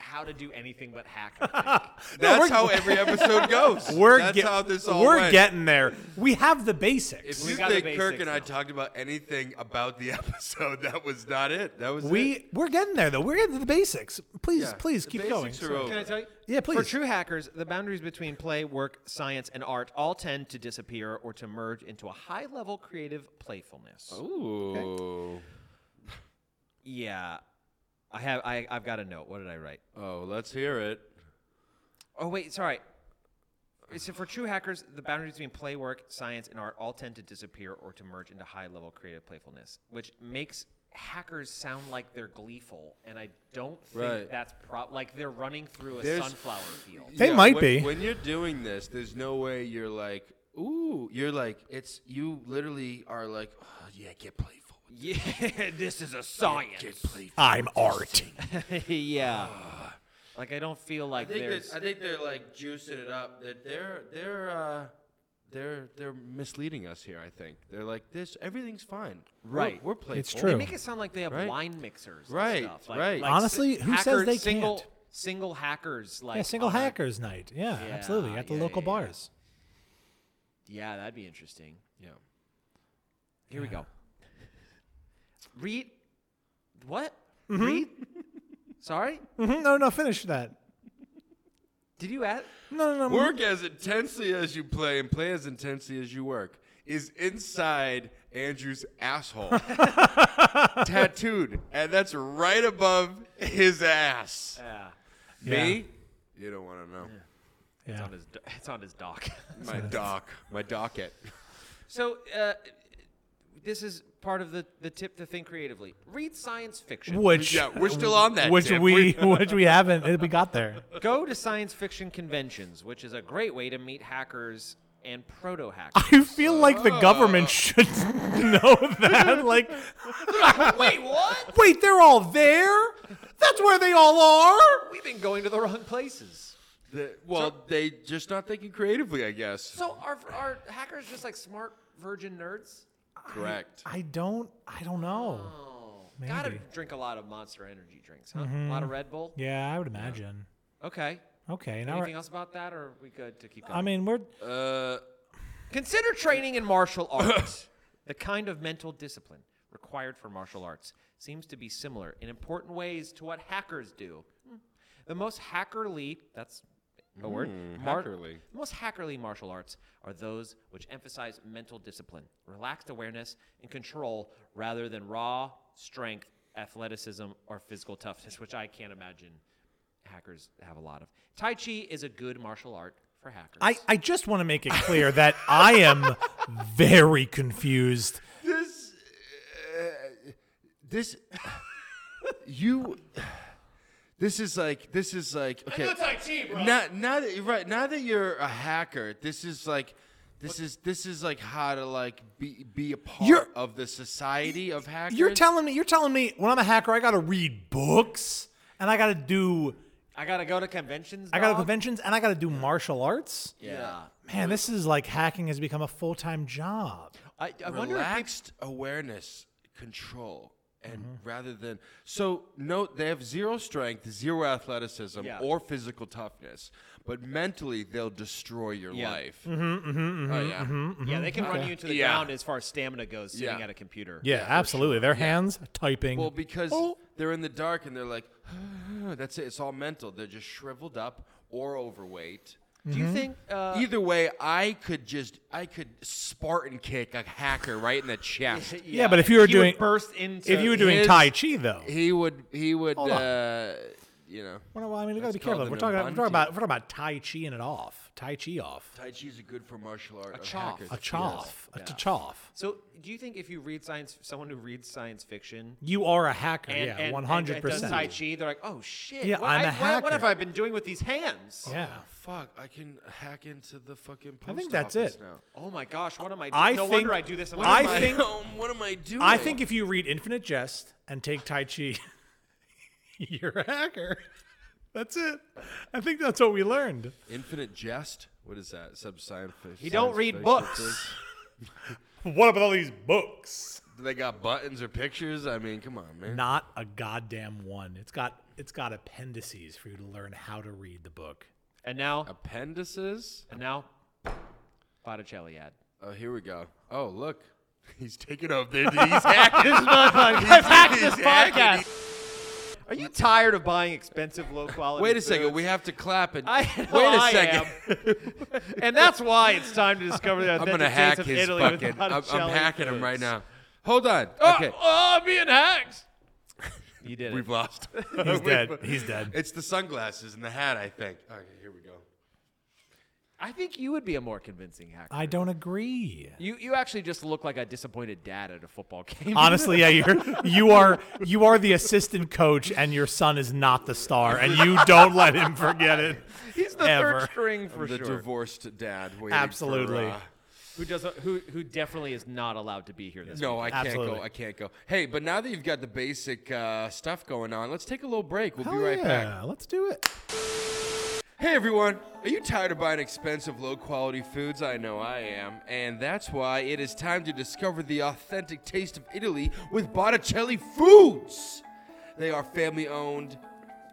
C: how to do anything but
B: [laughs]
C: hack. I think.
A: That's
B: we're-
A: how every episode goes.
B: [laughs] we're
A: That's
B: get-
A: how this all
B: We're
A: went.
B: getting there. We have the basics.
A: If
C: We
A: you
C: got the
A: think Kirk
C: basics
A: and I
C: now.
A: talked about anything about the [laughs] episode, that was not it. That was it.
B: we we're getting there though. We're getting to the basics. Please,
A: Yeah.
B: please
A: The
B: keep going.
A: basics are over.
C: Can I tell you?
B: Yeah,
C: For
B: please.
C: true hackers, the boundaries between play, work, science, and art all tend to disappear or to merge into a high level creative playfulness.
A: Ooh.
C: Yeah. I have I, I've got a note. What did I write?
A: Oh, let's hear it.
C: Oh wait, sorry. So for true hackers, the boundaries between play, work, science, and art all tend to disappear or to merge into high-level creative playfulness, which makes hackers sound like they're gleeful, and I don't think
A: Right.
C: that's pro- like they're running through a
A: There's-
C: sunflower field.
B: They might
A: when,
B: be.
A: When you're doing this, there's no way you're like, ooh, you're like, it's you literally are like, oh, yeah, get playful.
C: [laughs] Yeah, this is a science.
A: Get playful.
B: I'm art.
C: [laughs] yeah. [sighs] Like I don't feel like
A: I think
C: there's.
A: that, I think they're like juicing it up. That they're they're uh, they're they're misleading us here. I think they're like this. Everyything's fine. We're-
C: Right.
A: We're, playful.
B: It's
C: they
B: true.
C: make it sound like they have
A: Right.
C: wine mixers. and
A: Right,
C: stuff. Like-
A: right.
C: like
B: Honestly,
C: s-
B: who says
C: hackers-
B: they
C: single,
B: can't?
C: Single hackers, like
B: yeah, single
C: on a-
B: hackers night. Yeah,
C: Yeah,
B: absolutely. At the
C: yeah,
B: local
C: yeah, yeah.
B: bars.
C: Yeah, that'd be interesting.
A: Yeah.
C: Here [laughs] we go. Read. What? Read. Sorry.
B: Mhm, No, no, finish that.
C: Did you add?
B: No, no, no.
A: Work as intensely as you play and play as intensely as you work is inside Andrew's asshole. Tattooed. And that's right above his ass.
C: Yeah.
A: Me? You don't want to know.
B: yeah.
C: It's on his. do- It's on his [laughs] dock.
A: My doc. My docket.
C: so. uh this is part of the, the tip to think creatively. Read science fiction.
B: Which
A: Yeah, we're still on that.
B: which
A: tip.
B: we [laughs] which
A: [laughs]
B: we haven't. We got there.
C: Go to science fiction conventions, which is a great way to meet hackers and proto hackers.
B: I feel like the
A: Oh.
B: government should [laughs] know that. Like,
C: [laughs] [laughs] Wait, what?
B: wait, they're all there? That's where they all are?
C: We've been going to the wrong places.
A: The- well, they just not thinking creatively, I guess.
C: So are are hackers just like smart virgin nerds?
A: Correct.
B: I don't, I don't know.
C: Oh, gotta
B: Maybe. Mm-hmm.
C: drink a lot of Monster Energy drinks, huh? A lot of Red Bull.
B: Yeah, I would imagine.
C: Okay.
B: Okay, now
C: Anything
B: we're-
C: else about that, or are we good to keep going?
B: I mean, we're
A: Uh,
C: Consider training in martial arts. [coughs] the kind of mental discipline required for martial arts seems to be similar in important ways to what hackers do. Hmm. The most hackerly, that's a word,
A: hackerly.
C: The most Hmm, hackerly martial arts are those which emphasize mental discipline, relaxed awareness, and control rather than raw strength, athleticism, or physical toughness, which I can't imagine hackers have a lot of. Tai Chi is a good martial art for hackers.
B: I, I just want to make it clear that I am very confused.
A: this, uh, this, you, this is like, this is like, okay. Now, now that you're right, now that you're a hacker, this is like, this is this is like how to like be be a part
B: You're-
A: of the society of hackers.
B: You're telling me you're telling me when I'm a hacker I got to read books and I got to do
C: I gotta go to conventions.
B: I got to
C: dog?
B: conventions and I got to do martial arts?
C: Yeah.
B: Man, this is like hacking has become a full-time job.
C: I, I wonder. If peop-
A: relaxed awareness control and rather than so note they have zero strength zero athleticism
C: Yeah.
A: or physical toughness but mentally they'll destroy your
C: Yeah. Mm-hmm,
A: life oh yeah
B: Mm-hmm.
C: yeah, they can run you into the
A: Yeah.
C: ground as far as stamina goes sitting
A: Yeah.
C: at a computer.
B: Yeah, absolutely. Their hands typing.
A: well because
B: Oh.
A: they're in the dark and they're like [sighs] that's it it's all mental they're just shriveled up or overweight
C: Do
B: Mm-hmm.
C: you think? Uh,
A: Either way, I could just I could Spartan kick a hacker right in the
C: [laughs]
A: chest.
B: Yeah, but if you were
C: he would
B: doing-
C: burst into,
B: if you were doing
A: his-
B: tai chi though.
A: He would he would
B: Hold on.
A: uh, you know
B: Well, I mean, you got to be
A: called
B: careful.
A: an
B: We're talking, about, we're talking
A: ubuntu.
B: about we're talking about tai chi and it off. Tai chi off.
A: Tai Chi's good for martial art. of
C: chaff.
A: hackers.
B: A choff. A choff.
C: so do you think if you read science, someone who reads science fiction
B: You are a hacker.
C: and,
B: yeah,
C: and-
B: one
C: and-
B: hundred
C: and does Tai
B: percent.
C: Chi, they're like, oh shit,
B: Yeah,
C: what,
B: I'm
C: I-
B: a
C: what- What have
B: hacker.
C: I been doing with these hands?
B: Yeah.
A: Fuck, I can hack into the fucking post
B: I think that's
A: office
B: it.
A: now.
C: Oh my gosh, what am I? doing?
B: I
C: no
B: think-
C: wonder I do this. in my
B: I
C: life.
B: think-
A: Um, what am I doing?
B: I think if you read Infinite Jest and take Tai Chi, [laughs] you're a hacker. That's it. I think that's what we learned.
A: Infinite Jest. What is that? Sub science.
C: you don't read books.
B: What about all these books?
A: They got buttons or pictures. I mean, come on, man.
B: Not a goddamn one. It's got it's got appendices for you to learn how to read the book.
C: And now,
A: Appendices.
C: and now, Botticelli ad.
A: Oh, here we go. Oh, look, [laughs] he's taking over. He's
C: [laughs]
A: hacking.
C: This is my podcast. I've hacked [laughs] this
A: He's hacking.
C: podcast. Are you tired of buying expensive, low quality?
A: Wait a second. We have to clap and
C: I
A: wait
C: know
A: a
C: I
A: second.
C: [laughs] and that's why it's time to discover [laughs] the
A: I'm
C: authentic
A: gonna hack
C: taste of
A: his
C: Italy
A: fucking.
C: with
A: I'm, I'm
C: Botticelli
A: hacking him right
C: foods.
A: now. Hold on.
C: Oh,
A: Okay,
C: oh, I'm being hacked. [laughs] You did
A: [laughs]
C: it.
A: we've
C: [laughs]
A: lost.
B: He's dead. He's dead.
A: It's the sunglasses and the hat, I think. Okay, here we go.
C: I think you would be a more convincing hacker.
B: I don't agree.
C: you you actually just look like a disappointed dad at a football
A: [laughs]
C: game. [laughs]
B: Honestly, yeah, you're you are you are the assistant coach, and your son is not the star, and you don't let him forget it.
C: He's the
B: ever.
C: third string for
A: the
C: sure.
A: divorced dad. waiting for,
B: Absolutely.
A: uh,
C: who doesn't who who definitely is not allowed to be here this
A: no, I can't
B: Absolutely.
A: go. I can't go. Hey, but now that you've got the basic uh, stuff going on, let's take a little break. We'll be
B: Hell
A: right back.
B: yeah, let's do it.
A: Hey everyone, are you tired of buying expensive, low quality foods? I know I am, and that's why it is time to discover the authentic taste of Italy with Botticelli Foods. They are family owned,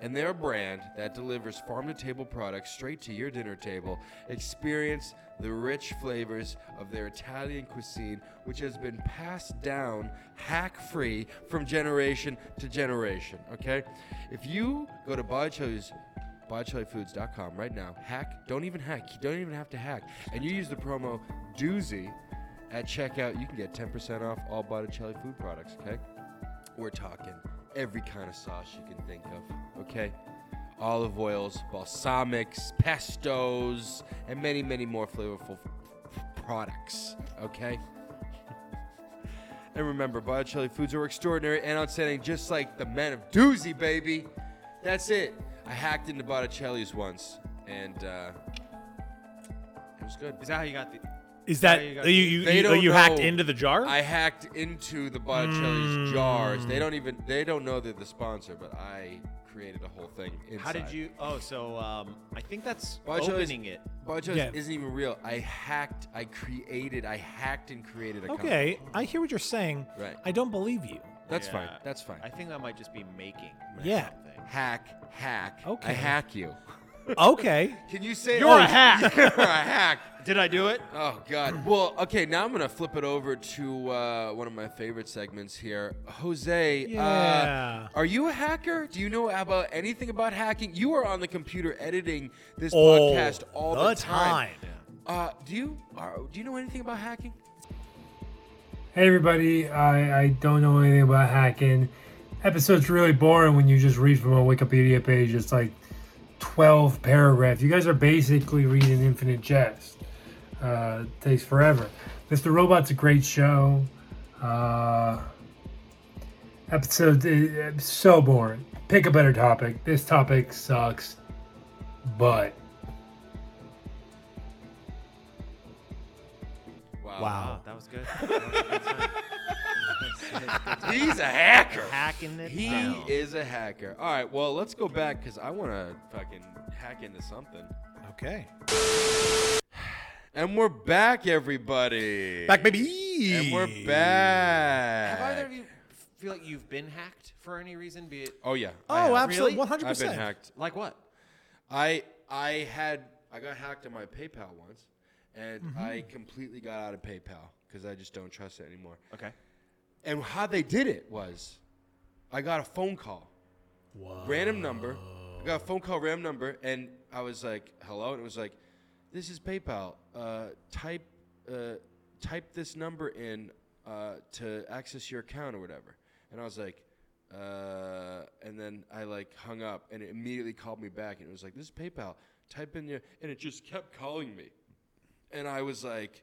A: and they're a brand that delivers farm to table products straight to your dinner table. Experience the rich flavors of their Italian cuisine, which has been passed down hack free from generation to generation. Okay? If you go to Botticelli's BotticelliFoods.com right now. Hack. Don't even hack. You don't even have to hack. And you use the promo doozy at checkout. You can get 10% off all Botticelli food products, okay? We're talking every kind of sauce you can think of, okay? Olive oils, balsamics, pestos, and many, many more flavorful f- f- products, okay? And remember, Botticelli Foods are extraordinary and outstanding, just like the men of Doozy, baby. That's it. I hacked into Botticelli's once, and uh, it was good.
C: Is that how you got the?
B: Is that
C: you
B: you?
C: got-
B: You, you,
A: They don't
B: you hacked
A: know.
B: into the jar?
A: I hacked into the Botticelli's jars. They don't even they don't know they're the sponsor, but I created a whole thing inside.
C: How did you? Oh, so um, I think that's
A: Botticelli's-
C: opening it.
A: Botticelli's
B: Yeah.
A: isn't even real. I hacked. I created. I hacked and created a. company.
B: okay, I hear what you're saying.
A: Right.
B: I don't believe you.
A: That's
C: Yeah.
A: fine. That's fine.
C: I think that might just be making.
B: Yeah.
C: something.
A: hack, hack.
B: Okay.
A: I hack you.
B: [laughs] Okay.
A: Can you say
C: You're a
A: Oh, [laughs]
C: hack.
A: You're a hack.
C: Did I do it?
A: Oh God. Well, okay. Now I'm gonna flip it over to uh, one of my favorite segments here, Jose.
B: Yeah.
A: Uh, are you a hacker? Do you know about anything about hacking? You are on the computer editing this
B: All
A: podcast all
B: Oh, the
A: the time.
B: time.
A: Uh, do you are, do you know anything about hacking?
D: Hey everybody, I, I don't know anything about hacking. Episode's really boring when you just read from a Wikipedia page. It's like 12 paragraphs. You guys are basically reading infinite jest. Uh, takes forever. Mr. Robot's a great show. Uh, episode uh, so boring. Pick a better topic. This topic sucks, but
B: Wow.
C: that was good. [laughs] That was good.
A: [laughs] He's a hacker.
B: [laughs]
C: Hacking it.
A: He
C: down.
A: is a hacker. All right. Well, let's go back because I want to fucking hack into something.
B: Okay.
A: And we're back, everybody.
B: Back, baby.
A: And we're back.
C: Have either of you feel like you've been hacked for any reason? Be it
A: Oh yeah. I have.
B: Oh, absolutely.
C: Really?
B: One hundred
A: I've been
B: percent.
A: hacked.
C: like what?
A: I I had I got hacked on my PayPal once, and
B: Mm-hmm.
A: I completely got out of PayPal because I just don't trust it anymore.
C: Okay.
A: And how they did it was, I got a phone call, random number. I got a phone call, random number, and I was like, "Hello," and it was like, "This is PayPal. Uh, type uh, type this number in uh, to access your account or whatever." And I was like, uh, and then I like hung up, and it immediately called me back, and it was like, "This is PayPal. Type in your," and it just kept calling me, and I was like.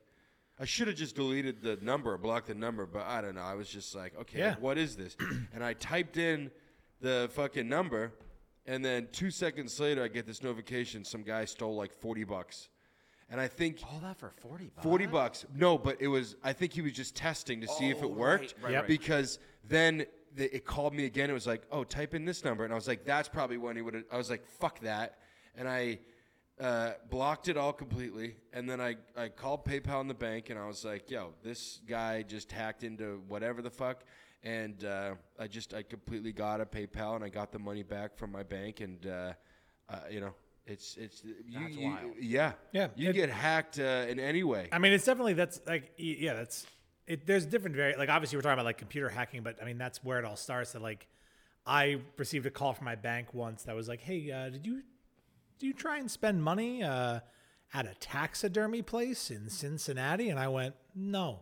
A: I should have just deleted the number, blocked the number, but I don't know. I was just like, okay,
B: Yeah.
A: what is this? And I typed in the fucking number, and then two seconds later, I get this notification: some guy stole like forty bucks. And I think
C: All that for forty bucks.
A: forty bucks. No, but it was. I think he was just testing to see if
C: Oh,
A: it
C: right,
A: worked.
C: right, Yep. right.
A: Because then the, it called me again. It was like, oh, type in this number, and I was like, that's probably when he would. I was like, fuck that, and I. Uh, blocked it all completely, and then I, I called PayPal in the bank, and I was like, "Yo, this guy just hacked into whatever the fuck," and uh, I just I completely got a PayPal, and I got the money back from my bank, and uh, uh, you know, it's it's you,
C: That's
A: you-
C: wild.
A: yeah
B: Yeah,
A: you
B: it-
A: get hacked uh, in any way.
B: I mean, it's definitely that's like y- yeah, that's it. There's different vari like obviously we're talking about like computer hacking, but I mean that's where it all starts. That like I received a call from my bank once that was like, hey, uh, did you do you try and spend money uh, at a taxidermy place in Cincinnati? And I went, no.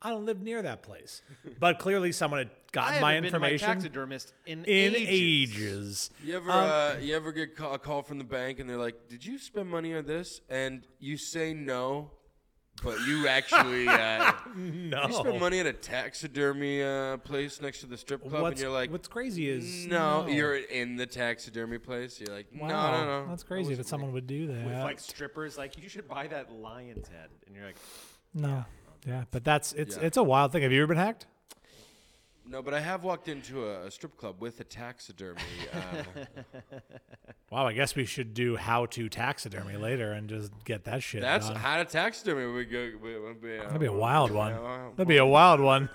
B: I don't live near that
A: [laughs]
B: place, but clearly someone had
C: I my
B: gotten my
C: been information.
B: information
C: My taxidermist in,
B: in
C: ages.
B: ages.
A: You ever
B: Um,
A: uh, you ever get ca- a call from the bank and they're like, "Did you spend money on this?" And you say no, but [laughs] you actually uh,
B: no.
A: you
B: Oh.
A: spend money at a taxidermy uh, place next to the strip club,
B: what's,
A: and you're like,
B: what's crazy is
A: no, you're in the taxidermy place." You're like, "No, no, no."
B: That's crazy that someone would do that.
C: With like strippers, like you should buy that lion's head, and you're like,
B: No. Yeah, but that's it's
A: Yeah.
B: it's a wild thing. Have you ever been hacked?
A: No, but I have walked into a, a strip club with a taxidermy.
B: [laughs]
A: Uh,
B: Wow, I guess we should do how to taxidermy later and just get that shit.
A: that's
B: done.
A: how to taxidermy. We go. We, we, we,
B: that'd be a wild one.
A: uh,
B: That'd be a
A: [laughs]
B: wild one.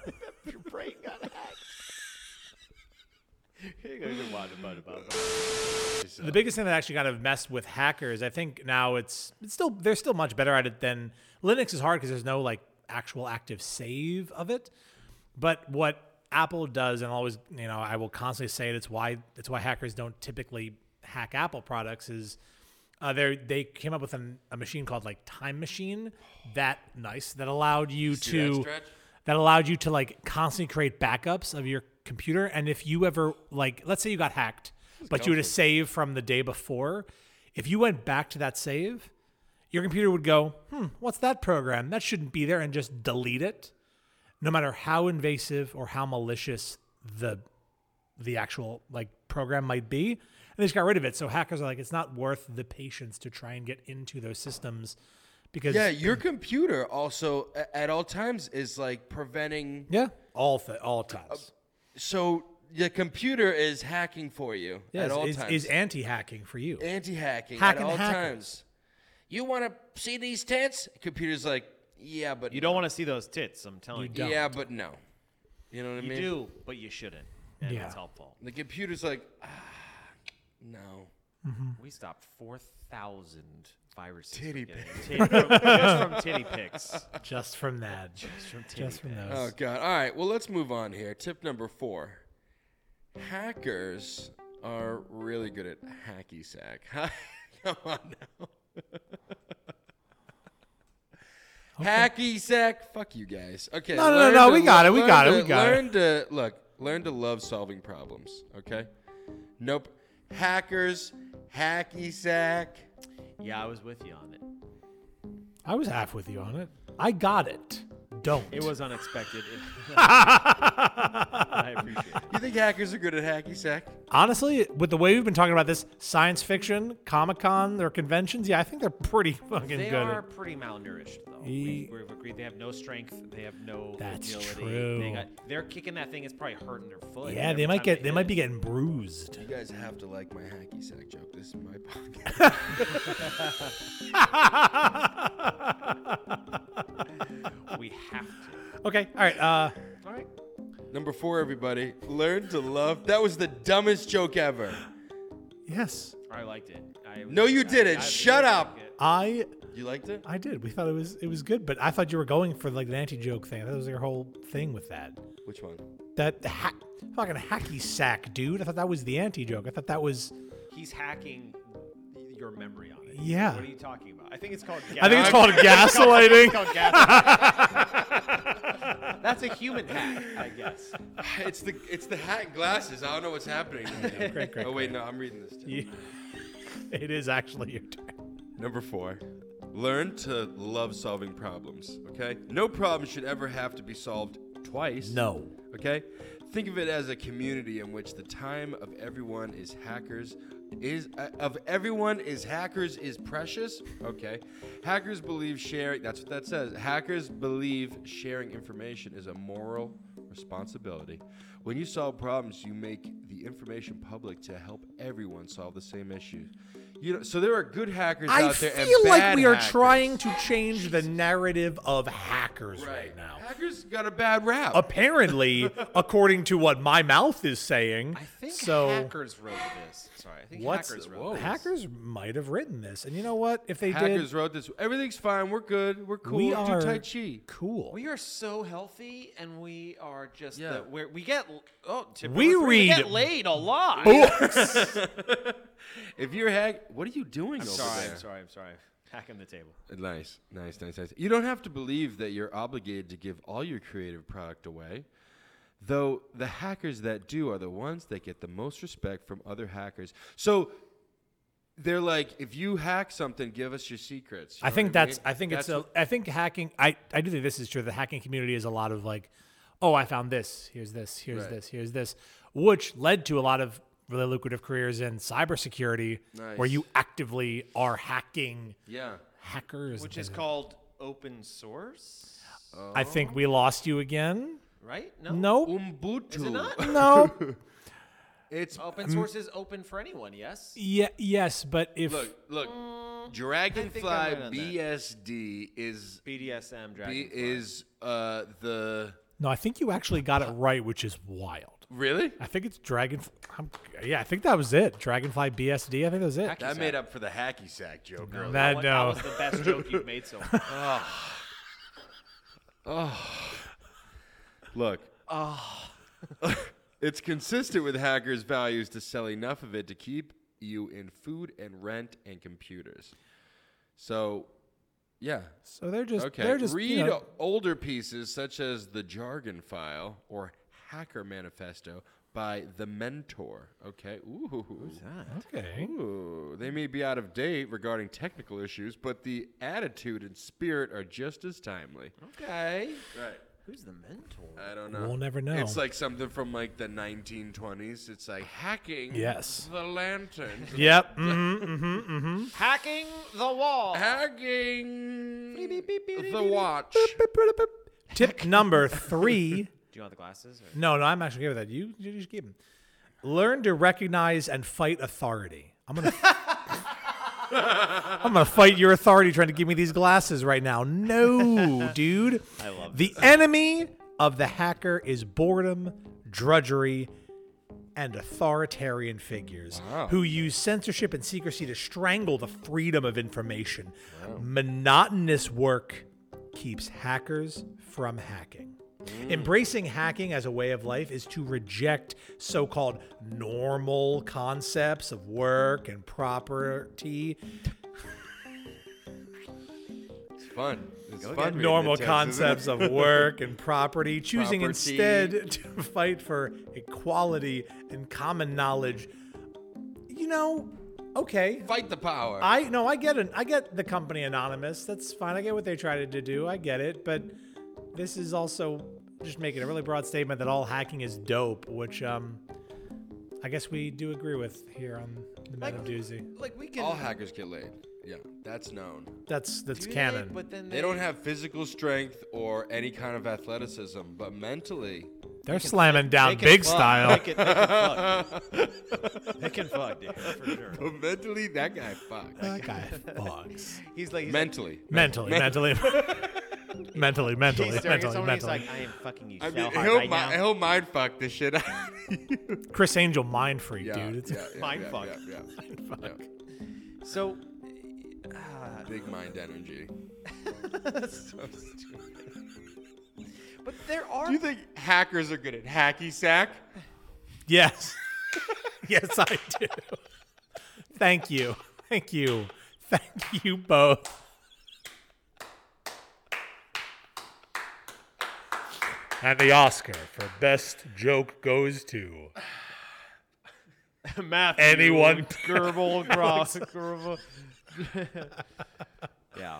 C: your brain got hacked. [laughs] You're gonna get wild about- about that.
B: the biggest thing that actually kind of messed with hackers, I think now it's it's still they're still much better at it than Linux is hard because there's no like actual active save of it. But what Apple does, and always you know, I will constantly say it, it's why it's why hackers don't typically hack Apple products is uh, they they came up with an, a machine called like Time Machine that nice that allowed you
A: see that
B: to
A: stretch?
B: that allowed you to like constantly create backups of your computer. And if you ever like, let's say you got hacked, but you had a save from the day before, if you went back to that save, your computer would go, "Hmm, what's that program? That shouldn't be there," and just delete it. No matter how invasive or how malicious the the actual like program might be, and they just got rid of it. So hackers are like, it's not worth the patience to try and get into those systems because
A: Yeah, your computer also a- at all times is like preventing.
B: yeah, all th- all times.
A: So the computer is hacking for you
B: Yeah,
A: at all
B: is,
A: times.
B: is anti-hacking for you.
A: anti-hacking
B: Hacking
A: at all
B: hackers.
A: times. You want to see these tents? Computer's like, yeah, but
C: You don't want to see those tits. I'm telling you.
B: don't.
A: yeah, but no. You know what I
C: You
A: mean?
C: do, but you shouldn't. And
B: Yeah.
C: it's helpful.
A: The computer's like, ah, no.
C: We stopped 4,000 viruses. from
A: Titty
C: getting- Titty- just from titty pics.
B: Just from that, just
C: From titty
B: from
C: pics.
B: those.
A: Oh god. All right. Well, let's move on here. Tip number four: Hackers are really good at hacky sack. [laughs] Come on
B: [laughs]
A: now. Hacky sack. Fuck you guys. Okay.
B: No, no, no,
A: learn
B: no,
A: to-
B: we got it, we
A: learn
B: got it,
A: to-
B: we got it.
A: Learn to look. Learn to love solving problems. Okay. Nope. Hackers. Hacky sack.
C: Yeah, I was with you on it.
B: I was half with you on it. I got it. Don't.
C: It
B: [laughs]
C: was unexpected. [laughs] It- I appreciate it.
A: You think hackers are good at hacky sack?
B: honestly with the way we've been talking about this science fiction, Comic Con, their conventions. Yeah, I think they're pretty fucking
C: They
B: good. at-
C: are pretty malnourished, though.
B: Ye-
C: We, we've agreed they have no strength. They have no
B: That's
C: agility. They
B: true.
C: are kicking that thing. It's probably hurting their foot.
B: yeah,
C: every
B: they
C: time
B: might get. They
C: hit
B: might
C: it.
B: be getting bruised. [laughs]
A: You guys have to like my hacky sack joke. This is my [laughs] podcast.
C: We have to.
B: Okay. All right. Uh,
C: All right.
A: Number four, everybody, learn to love. That was the dumbest joke ever.
B: yes,
C: I liked it. I,
A: No, you
C: I-
A: didn't.
C: I- I
A: Shut
C: didn't
A: up.
C: like it.
B: I
A: You liked it?
B: I did. We thought it was it was good, but I thought you were going for like an anti joke thing. That was your whole thing with that.
A: Which one?
B: That ha- fucking hacky sack, dude. I thought that was the anti joke. I thought that was.
C: He's hacking your memory on it.
B: Yeah.
C: What are you talking about? I think it's called.
B: I think it's
A: I'm-
B: called [laughs] gaslighting.
C: called
B: [laughs]
C: gaslighting. That's a human hack, I guess.
A: [sighs] It's the it's the hat and glasses. I don't know what's happening.
B: [laughs] Great, great,
A: oh wait, no, I'm reading this. Too.
B: You- it is actually your turn.
A: Number four, learn to love solving problems. Okay, no problem should ever have to be solved twice.
B: No.
A: Okay, think of it as a community in which the time of everyone is hackers is uh, of everyone is hackers is precious. Okay, hackers believe sharing. That's what that says. Hackers believe sharing information is a moral responsibility. When you solve problems, you make the information public to help everyone solve the same issue. You know, so there are good hackers
B: I
A: out there. and
B: feel like
A: bad
B: we are
A: hackers.
B: trying to change the narrative of hackers right,
A: right
B: now.
A: Hackers got a bad rap.
B: Apparently, according to what my mouth is saying,
C: I think
B: so
C: hackers wrote this. Sorry, I think
B: what's
C: hackers wrote
A: whoa.
C: this.
B: hackers might have written this, and you know what? If they
A: Hackers
B: did,
A: wrote this. Everything's fine. We're good. We're cool.
B: we
A: Do
B: are
A: Tai Chi.
B: cool.
C: We are so healthy, and we are just
A: Yeah.
C: the, we're, we get oh tip
B: We
C: number three, we
B: read- Oh.
C: get laid a lot.
A: If you're hack, what are you doing over
C: sorry,
A: there?
C: I'm sorry, I'm sorry. Hacking the table.
A: Uh, Nice, nice, nice, nice. You don't have to believe that you're obligated to give all your creative product away. Though the hackers that do are the ones that get the most respect from other hackers. So they're like, if you hack something, give us your secrets. You
B: I
A: know
B: think
A: what I mean?
B: that's. I think it's.
A: That's
B: A, I think hacking. I I do think this is true. The hacking community is a lot of like, oh, I found this. Here's this. Here's
A: Right.
B: this. Here's this, which led to a lot of really lucrative careers in cybersecurity, where
A: Nice.
B: you actively are hacking
A: yeah.
B: hackers,
C: Which is called open source,
B: I think we lost you again.
C: right? No,
B: Nope.
A: Ubuntu.
C: is it not?
B: No.
C: [laughs]
A: It's
B: Mm.
C: Open source is open for anyone. Yes.
B: yeah. Yes, but if
A: look, look.
C: Mm. think
A: Dragonfly
C: I'm right on that.
A: BSD is
C: BDSM dragon
A: B is uh the
B: no, I think you actually got it right, which is wild.
A: really
B: I think it's Dragonfly. I'm, yeah, I think that was it. Dragonfly BSD. I think that was it.
A: that made up for the hacky sack joke earlier.
B: That
C: That
B: no.
C: was the best joke you've made so
B: [laughs]
C: far.
A: Look. Oh. [laughs] it's consistent with hackers' values to sell enough of it to keep you in food and rent and computers. So, yeah.
B: So they're just
A: Okay.
B: they're just
A: Read
B: you know,
A: older pieces such as The Jargon File or Hacker Manifesto by The Mentor. Okay. Ooh.
B: okay.
A: Ooh, they may be out of date regarding technical issues, but the attitude and spirit are just as timely.
C: okay.
A: Right.
C: Who's the mentor?
A: I don't know.
B: We'll never know.
A: It's like something from like the 1920s. It's like hacking
B: Yes.
A: the lanterns.
B: Yep. Mm-hmm, mm-hmm, mm-hmm.
C: Hacking the wall.
A: Hacking the watch.
B: mm-hmm. Tip number three.
C: Do you want the glasses? Or?
B: No, no, I'm actually okay with that. You, you just keep them. Learn to recognize and fight authority. I'm gonna. [laughs] I'm gonna fight your authority trying to give me these glasses right now. No, dude. I
C: love
B: the enemy of the hacker is boredom, drudgery, and authoritarian figures
A: Wow.
B: who use censorship and secrecy to strangle the freedom of information. Monotonous work keeps hackers from hacking.
A: Mm.
B: Embracing hacking as a way of life is to reject so called normal concepts of work and property.
A: It's fun. It's fun. reading the
B: normal
A: text, isn't it?
B: concepts of work
A: [laughs]
B: and property, choosing
A: Property.
B: instead [laughs] to fight for equality and common knowledge. You know, okay.
A: Fight the power.
B: I no, I get it. I get the company anonymous. That's fine. I get what they tried to do. I get it, but this is also just making a really broad statement that all hacking is dope, which um, I guess we do agree with here on the Men of Doozy.
C: Like we can.
A: All hackers get laid. Yeah, that's known.
B: That's that's
C: do
B: canon.
C: It, but then
A: They don't have physical strength or any kind of athleticism, but mentally, [laughs]
B: They're slamming down
C: they can
B: big
C: fuck.
B: style.
C: They can, they can fuck. [laughs] they can fuck, dude, for sure.
A: but mentally, that guy fucked.
B: [laughs] That guy fucks.
C: [laughs] He's like, he's like,
A: mentally.
C: [laughs]
B: mentally, mentally,
C: he's
B: mentally, mentally, mentally,
C: staring at someone. He's
B: mentally.
C: like, I am fucking you so
A: I mean,
C: hard
A: he'll,
C: right
A: mi-
C: now.
A: he'll mind fuck the shit out of you.
B: Chris Angel, mind freak,
A: Yeah,
B: dude. It's,
A: yeah, yeah,
C: Mind
A: yeah,
C: fuck.
A: yeah, yeah.
B: fuck.
C: So,
A: Big mind energy.
C: that's so stupid. But there are. [laughs]
A: Do you think hackers are good at hacky sack?
B: Yes. [laughs] yes, I do. Thank you. Thank you. Thank you both. And the Oscar for best joke goes to
C: Matthew
B: Anyone-
C: [laughs] Gerbil Gross Gerbil. [laughs] yeah.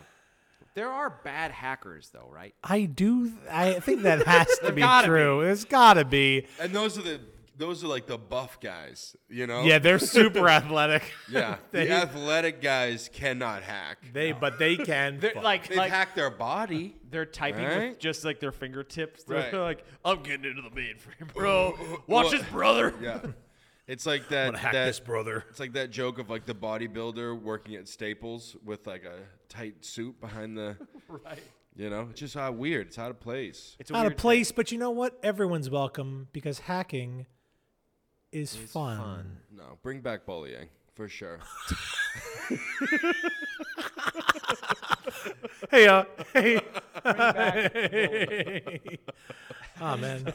C: There are bad hackers though, right?
B: I do I think that has
C: [laughs]
B: to be
C: gotta
B: true. It's gotta be.
A: And those are the those are like the buff guys, you know?
B: Yeah, they're super
C: [laughs]
B: athletic.
A: Yeah.
B: They-
A: the athletic guys cannot hack.
B: They but they can
C: They're
B: fuck.
C: like
A: They
C: like
A: hack their body.
C: they're typing with
A: Right?
C: just like their fingertips.
A: Right.
C: They're like, I'm getting into the mainframe, bro. Watch this, brother.
A: Yeah. It's like that,
B: hack
A: that
B: this brother.
A: it's like that joke of like the bodybuilder working at Staples with like a tight suit behind the
C: Right.
A: you know, it's just how weird. It's out of place.
C: It's a
B: Out
C: weird
B: of place, but you know what? Everyone's welcome because hacking is fun.
A: No, bring back bullying for sure.
B: [laughs] Hey,
C: [laughs]
B: uh, hey. [laughs] oh, man.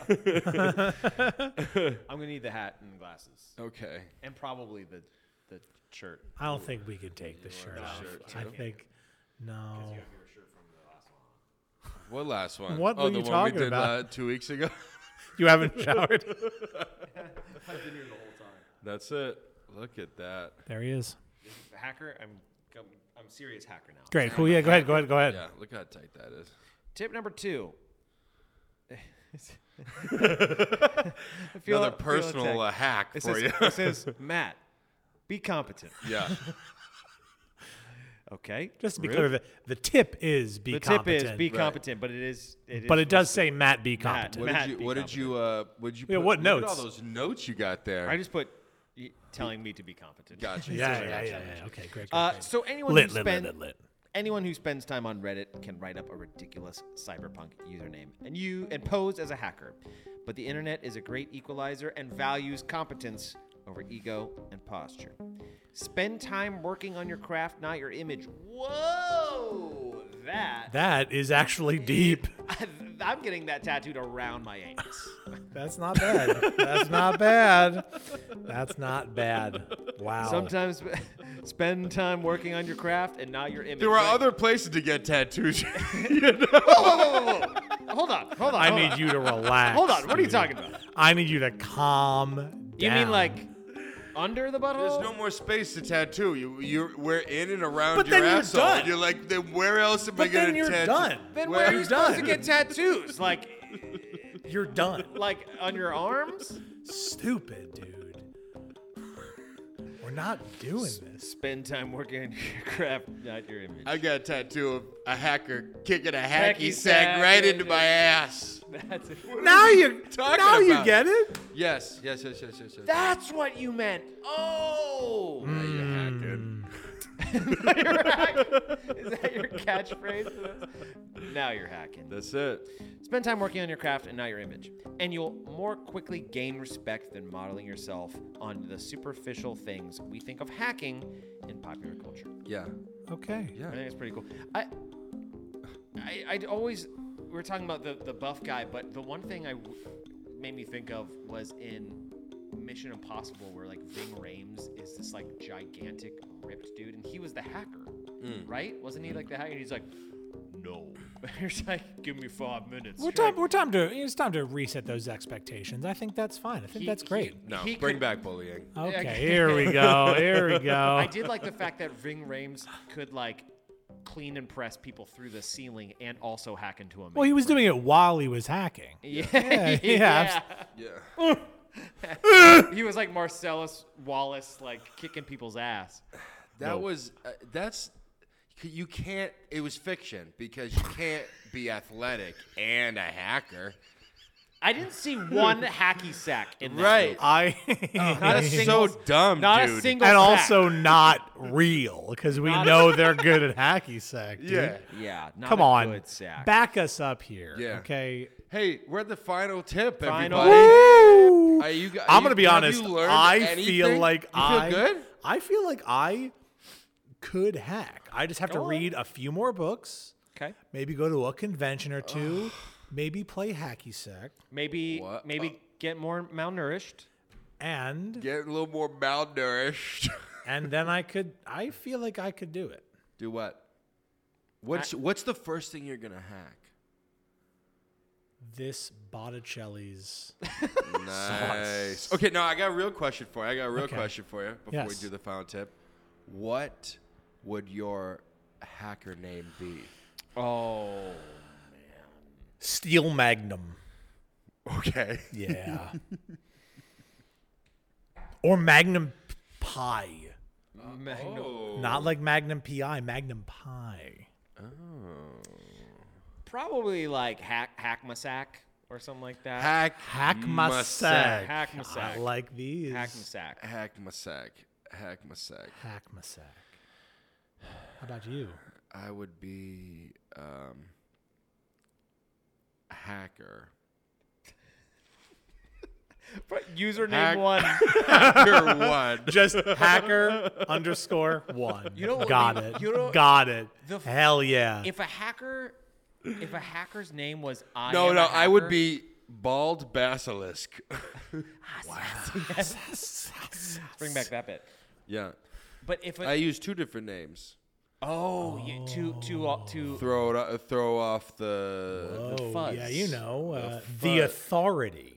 C: I'm gonna need the hat and the glasses.
A: Okay.
C: And probably the the shirt.
B: I don't think we could take the shirt off. I think, no.
A: What last one?
B: What
A: oh,
B: were
A: the
B: you
A: one
B: talking
A: we did
B: about?
A: Uh, two weeks ago. [laughs]
B: You haven't showered? [laughs]
A: That's it. Look at that.
B: there he is.
C: The hacker, I'm I'm, I'm serious hacker now.
B: Great. Cool. Yeah, go ahead. Go ahead. Go ahead.
A: Yeah, look how tight that is.
C: Tip number two. [laughs]
A: Another
C: I feel I feel attacked.
A: personal uh, hack
C: It
A: for
C: says,
A: you.
B: [laughs]
A: [laughs]
C: it says, Matt, be competent.
A: yeah.
C: Okay.
B: Just to be clear, the, the tip is be
C: the
B: competent.
C: tip is be
A: Right.
C: competent, but it is. It
B: but
C: is
B: it does say Matt be competent.
A: What
C: Matt,
A: did
C: be
A: you? What did you? Uh, what did you?
B: Yeah,
A: put-
B: what
A: look at
B: notes?
A: all those notes you got there.
C: I just put y- telling me to be competent.
A: gotcha.
B: Yeah, yeah, yeah, yeah. Okay, great. great,
C: Uh,
B: great.
C: so anyone
B: lit,
C: who
B: lit, lit,
C: spend,
B: lit, lit.
C: anyone who spends time on Reddit can write up a ridiculous cyberpunk username and you and pose as a hacker. But the internet is a great equalizer and values competence over ego and posture. Spend time working on your craft, not your image. Whoa, that,
B: That is actually deep.
C: [laughs] I'm getting that tattooed around my
B: [laughs]
C: anus.
B: That's not bad. That's not bad. That's not bad. Wow.
C: Sometimes [laughs] spend time working on your craft and not your image.
A: There were
C: Like-
A: other places to get tattoos. [laughs]
C: Hold on, hold on.
B: I
C: hold
B: need
C: on.
B: you to relax.
C: Hold on, what are you
B: dude.
C: talking about?
B: I need you to calm down.
C: You mean like under the butthole?
A: There's no more space to tattoo. You, you, we're in and around
B: But
A: your
B: then you're
A: asshole.
B: done.
A: And You're like, then where else am I
B: But
A: gonna
B: then you're
A: tattoo?
B: done.
C: Then where are you
B: You're
C: supposed to
B: done.
C: get tattoos? Like,
B: You're done.
C: like on your arms?
B: Stupid, dude. We're not doing this.
C: Spend time working on your craft, not your image.
A: I got a tattoo of a hacker kicking a
C: Hacky
A: hacky
C: sack
A: sack right into
C: and-
A: my ass.
C: [laughs] That's it.
B: Now you
A: talking
B: now you
A: about?
B: get it.
A: Yes, yes, yes, yes, yes, yes.
C: That's what you meant. Oh.
A: Now you're hacking.
C: [laughs] You're hack- Is that your catchphrase? for this? Now you're hacking.
A: That's it.
C: Spend time working on your craft and not your image, and you'll more quickly gain respect than modeling yourself on the superficial things we think of hacking in popular culture.
A: Yeah,
B: Okay.
A: yeah.
C: I think it's pretty cool. I, I, I'd always we were talking about the the buff guy, but the one thing I w- made me think of was in Mission Impossible, where like Ving Rames is this like gigantic ripped dude, and he was the hacker,
A: Mm.
C: right? Wasn't he like the hacker? And he's like, no, [laughs] he's like, give me five minutes.
B: We're
C: You're
B: time.
C: like,
B: We're time to. It's time to reset those expectations. I think that's fine. I think
C: He-
B: that's great.
A: No,
C: He
A: bring
C: could-
A: back bullying.
C: [laughs]
B: okay. Here we go. Here we go.
C: I did like the fact that Ving Rames could like clean and press people through the ceiling and also hack into a.
B: Well, he was doing it while he
C: [laughs]
B: was hacking.
C: Yeah,
B: [laughs] Yeah, yeah,
A: Yeah.
C: He was like Marcellus Wallace, like kicking people's ass.
A: That was uh, that's c- you can't. It was fiction because you can't be athletic and a hacker.
C: I didn't see
B: [laughs]
C: one hacky sack in that
A: Right.
C: movie.
B: I.
C: Oh,
B: [laughs]
C: Not a
A: That's
C: single-
A: so dumb,
C: Not
A: dude.
C: a single.
B: and
C: sack.
B: also not real because we
C: [laughs]
B: know they're good at hacky sack. Dude.
A: Yeah.
C: yeah. Not
B: Come
C: a
B: on.
C: Good sack.
B: Back us up here.
A: Yeah.
B: Okay.
A: Hey, we're at the final tip,
C: Final-
A: everybody.
B: Woo!
A: Are you, g- are
B: I'm gonna
A: you-
B: be
A: have
B: honest.
A: You learned
B: I feel
A: anything?
B: like
A: you
B: I
A: feel good.
B: I feel like I could hack. I just have to
C: All right.
B: read a few more books,
C: okay.
B: maybe go to a convention or two, maybe play hacky sack,
C: Maybe
A: What?
C: maybe get more malnourished.
B: and
A: Get a little more malnourished. [laughs]
B: and then I could. I feel like I could do it.
A: Do what? What's What's the first thing you're gonna hack?
B: This Botticelli's.
A: Nice. Okay, no, I got a real question for you. I got a real
B: Okay.
A: question for you before
B: Yes.
A: we do the final tip. What would your hacker name be?
C: Oh.
B: Steel Magnum.
A: Okay. [laughs]
B: Yeah. or Magnum Pie. Not like Magnum PI, Magnum Pie.
C: Probably like hack hack my sack or something like that.
A: Hack
B: Hack my sack.
C: Hack my
B: I
C: sack.
B: like these.
C: Hack my sack.
A: Hack my sack. Hack my sack.
B: Hack my sack. How about you?
A: I would be um, a hacker.
C: [laughs] But Username
A: Hack-
C: one.
A: Hacker one.
B: Just hacker underscore one. You
C: know what
B: Got
C: we-
B: it.
C: you know-
B: Got it.
C: the f-
B: Hell yeah.
C: [laughs]
B: [laughs]
C: If a hacker, if a hacker's name was I.
A: [laughs] No,
C: am
A: no,
C: a
A: I would
C: hacker-
A: be
C: [laughs]
A: bald basilisk. [laughs]
C: Bring back that bit.
A: yeah.
C: But if a,
A: I use two different names.
C: oh, you, two two all- two
A: Throw it, uh, throw off the.
B: oh, yeah,
C: fuzz.
B: you know. Uh, the,
A: fuzz.
B: authority.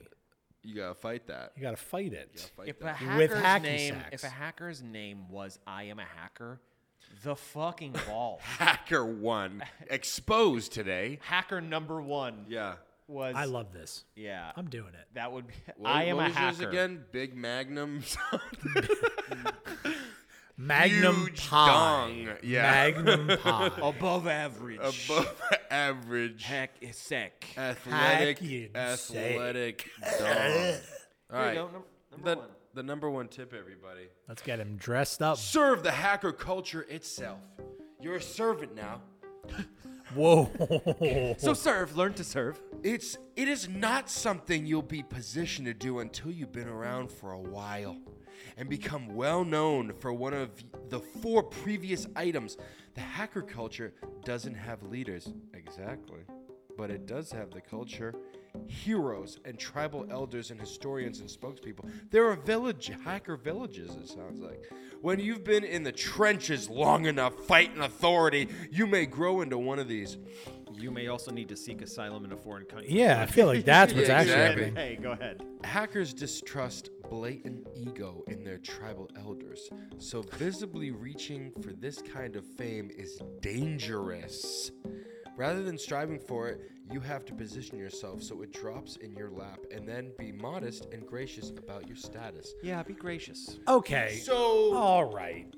A: You gotta fight that.
B: You got to fight it.
A: Fight
C: If a
A: that.
C: hacker's
B: With hacky
C: name,
B: sacks.
C: if a hacker's name was "I am a hacker," the fucking ball.
A: [laughs] Hacker one exposed today.
C: hacker number one
A: Yeah.
C: was.
B: I love this.
C: Yeah,
B: I'm doing it.
C: that would be.
A: What-
C: I am
A: what
C: a
A: was yours
C: hacker.
A: again. Big Magnum. [laughs]
B: Magnum
A: Huge
B: Pie.
A: dong. Yeah.
B: Magnum [laughs] Pie.
C: Above average.
A: Above [laughs] average.
C: Hack is sick.
A: athletic,
B: Hacking
C: [laughs]
A: athletic dog. All
C: There
A: right.
C: you go, num- number
A: the,
C: one.
A: the number one tip, everybody.
B: Let's get him dressed up.
A: Serve the hacker culture itself. You're a servant now.
B: Whoa.
C: So serve. Learn to serve.
A: It's it is not something you'll be positioned to do until you've been around for a while and become well known for one of the four previous items. The hacker culture doesn't have leaders exactly, but it does have the culture heroes and tribal elders and historians and spokespeople. There are village hacker villages it sounds like. When you've been in the trenches long enough fighting authority, you may grow into one of these.
C: You may also need to seek asylum in a foreign country.
B: yeah, I feel like that's
C: [laughs]
B: what's
A: Yeah,
B: actually
A: exactly.
B: happening.
C: Hey, go ahead.
A: Hackers distrust blatant ego in their tribal elders, so visibly reaching for this kind of fame is dangerous. Rather than striving for it, you have to position yourself so it drops in your lap and then be modest and gracious about your status.
C: Yeah, be gracious.
B: [laughs] Okay.
A: So
B: All right.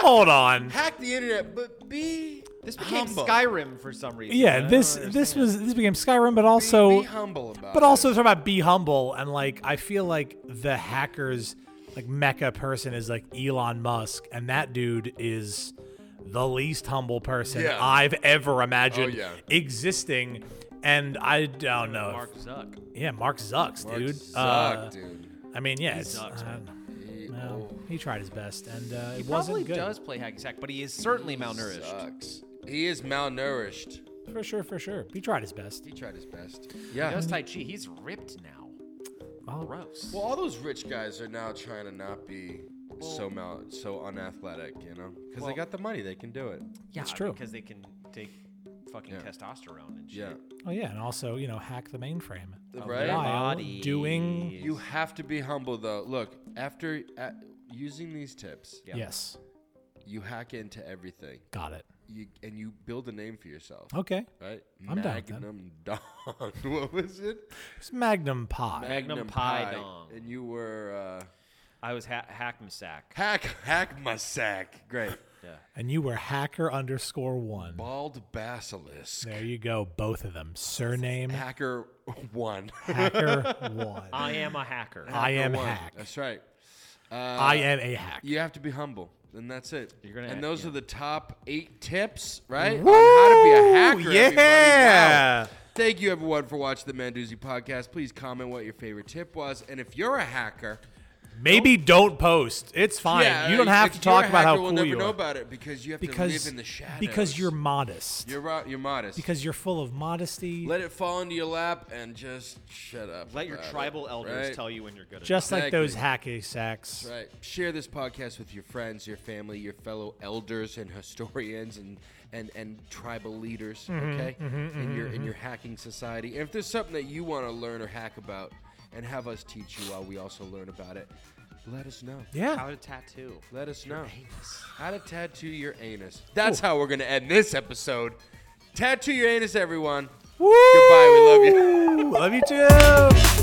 B: Hold on.
A: hack the internet, but be
C: This became
A: humble.
C: Skyrim for some reason. I
B: Yeah,
C: don't
B: this
C: understand.
B: this was this became Skyrim, but
A: Be-
B: also
A: be humble about
B: but
A: it.
B: also talking about be humble and like I feel like the hackers like mecca person is like Elon Musk and that dude is the least humble person
A: Yeah. Oh,
B: I've ever imagined
A: yeah.
B: existing and I don't know. if-
C: Mark Zuck.
B: yeah, Mark Zucks,
A: Mark
B: dude.
A: Zuck,
B: Uh,
A: dude.
B: I mean, yeah, it's,
C: sucks,
B: uh,
A: He,
B: well,
A: oh,
B: he tried his best and uh,
C: He
B: it wasn't
C: probably
B: good.
C: does play hacky sack, but he is certainly malnourished.
A: Sucks. He is malnourished.
B: For sure, for sure. He tried his best.
A: He tried his best.
C: He
A: Yeah.
C: does Tai Chi. He's ripped now.
B: Um, Well,
C: Gross.
A: Well, all those rich guys are now trying to not be so mal, so unathletic, you know, because
C: Well-
A: they got the money, they can do it.
C: yeah,
B: it's true.
C: Because they can take fucking
A: Yeah.
C: testosterone and shit.
A: Yeah.
B: Oh yeah, and also you know hack the mainframe
C: Of
A: Right?
C: their
B: While
C: bodies.
B: doing-
A: You have to be humble though. Look, after uh, using these tips,
C: Yeah.
B: Yes,
A: you hack into everything,
B: got it.
A: you and you build a name for yourself.
C: Oh,
B: Okay,
A: Right?
B: I'm down with that.
A: Magnum Dong. [laughs] what was it?
B: it's Magnum Pie.
C: Magnum Pie Dong.
A: And you were uh,
C: I was ha- hack sack.
A: hack hack my sack. Great.
C: Yeah.
B: and you were hacker underscore one.
A: Bald basilisk.
B: There you go, both of them.
A: [laughs]
B: Surname
A: Hacker one.
B: hacker one.
C: I am a hacker.
B: I am
A: One.
B: hack.
A: That's right. Uh,
B: I am a hack.
A: You have to be humble, and that's it.
C: You're gonna
A: and
C: have-
A: those
C: yeah.
A: are the top eight tips, right? On how to be a hacker.
B: Woo!
A: everybody.
B: Yeah.
A: Wow. Thank you, everyone, for watching the Manduzzi podcast. Please comment what your favorite tip was, and if you're a hacker,
B: Maybe don't post. It's fine. you don't have
A: if
B: to
A: you're a
B: talk about
A: hacker,
B: how
A: we'll
B: cool
A: never
B: you
A: know
B: are
A: about it because you have to live
B: because
A: in the shadows.
B: because you're modest.
A: you're ro- you're modest.
B: because you're full of modesty.
A: let it fall into your lap and just shut up.
C: Let your
A: about
C: tribal
A: it,
C: elders
A: right?
C: tell you when you're good.
B: just like
A: Exactly.
B: those hacky sacks.
A: Right. Share this podcast with your friends, your family, your fellow elders and historians and and, and tribal leaders, okay? in your in your hacking society. And if there's something that you want to learn or hack about and have us teach you while we also learn about it, let us know.
B: Yeah.
C: How to tattoo.
A: Let us know. How to tattoo your anus. That's how we're going to end this episode. Tattoo your anus everyone.
B: Goodbye.
A: we love you. [laughs]
B: Love you too.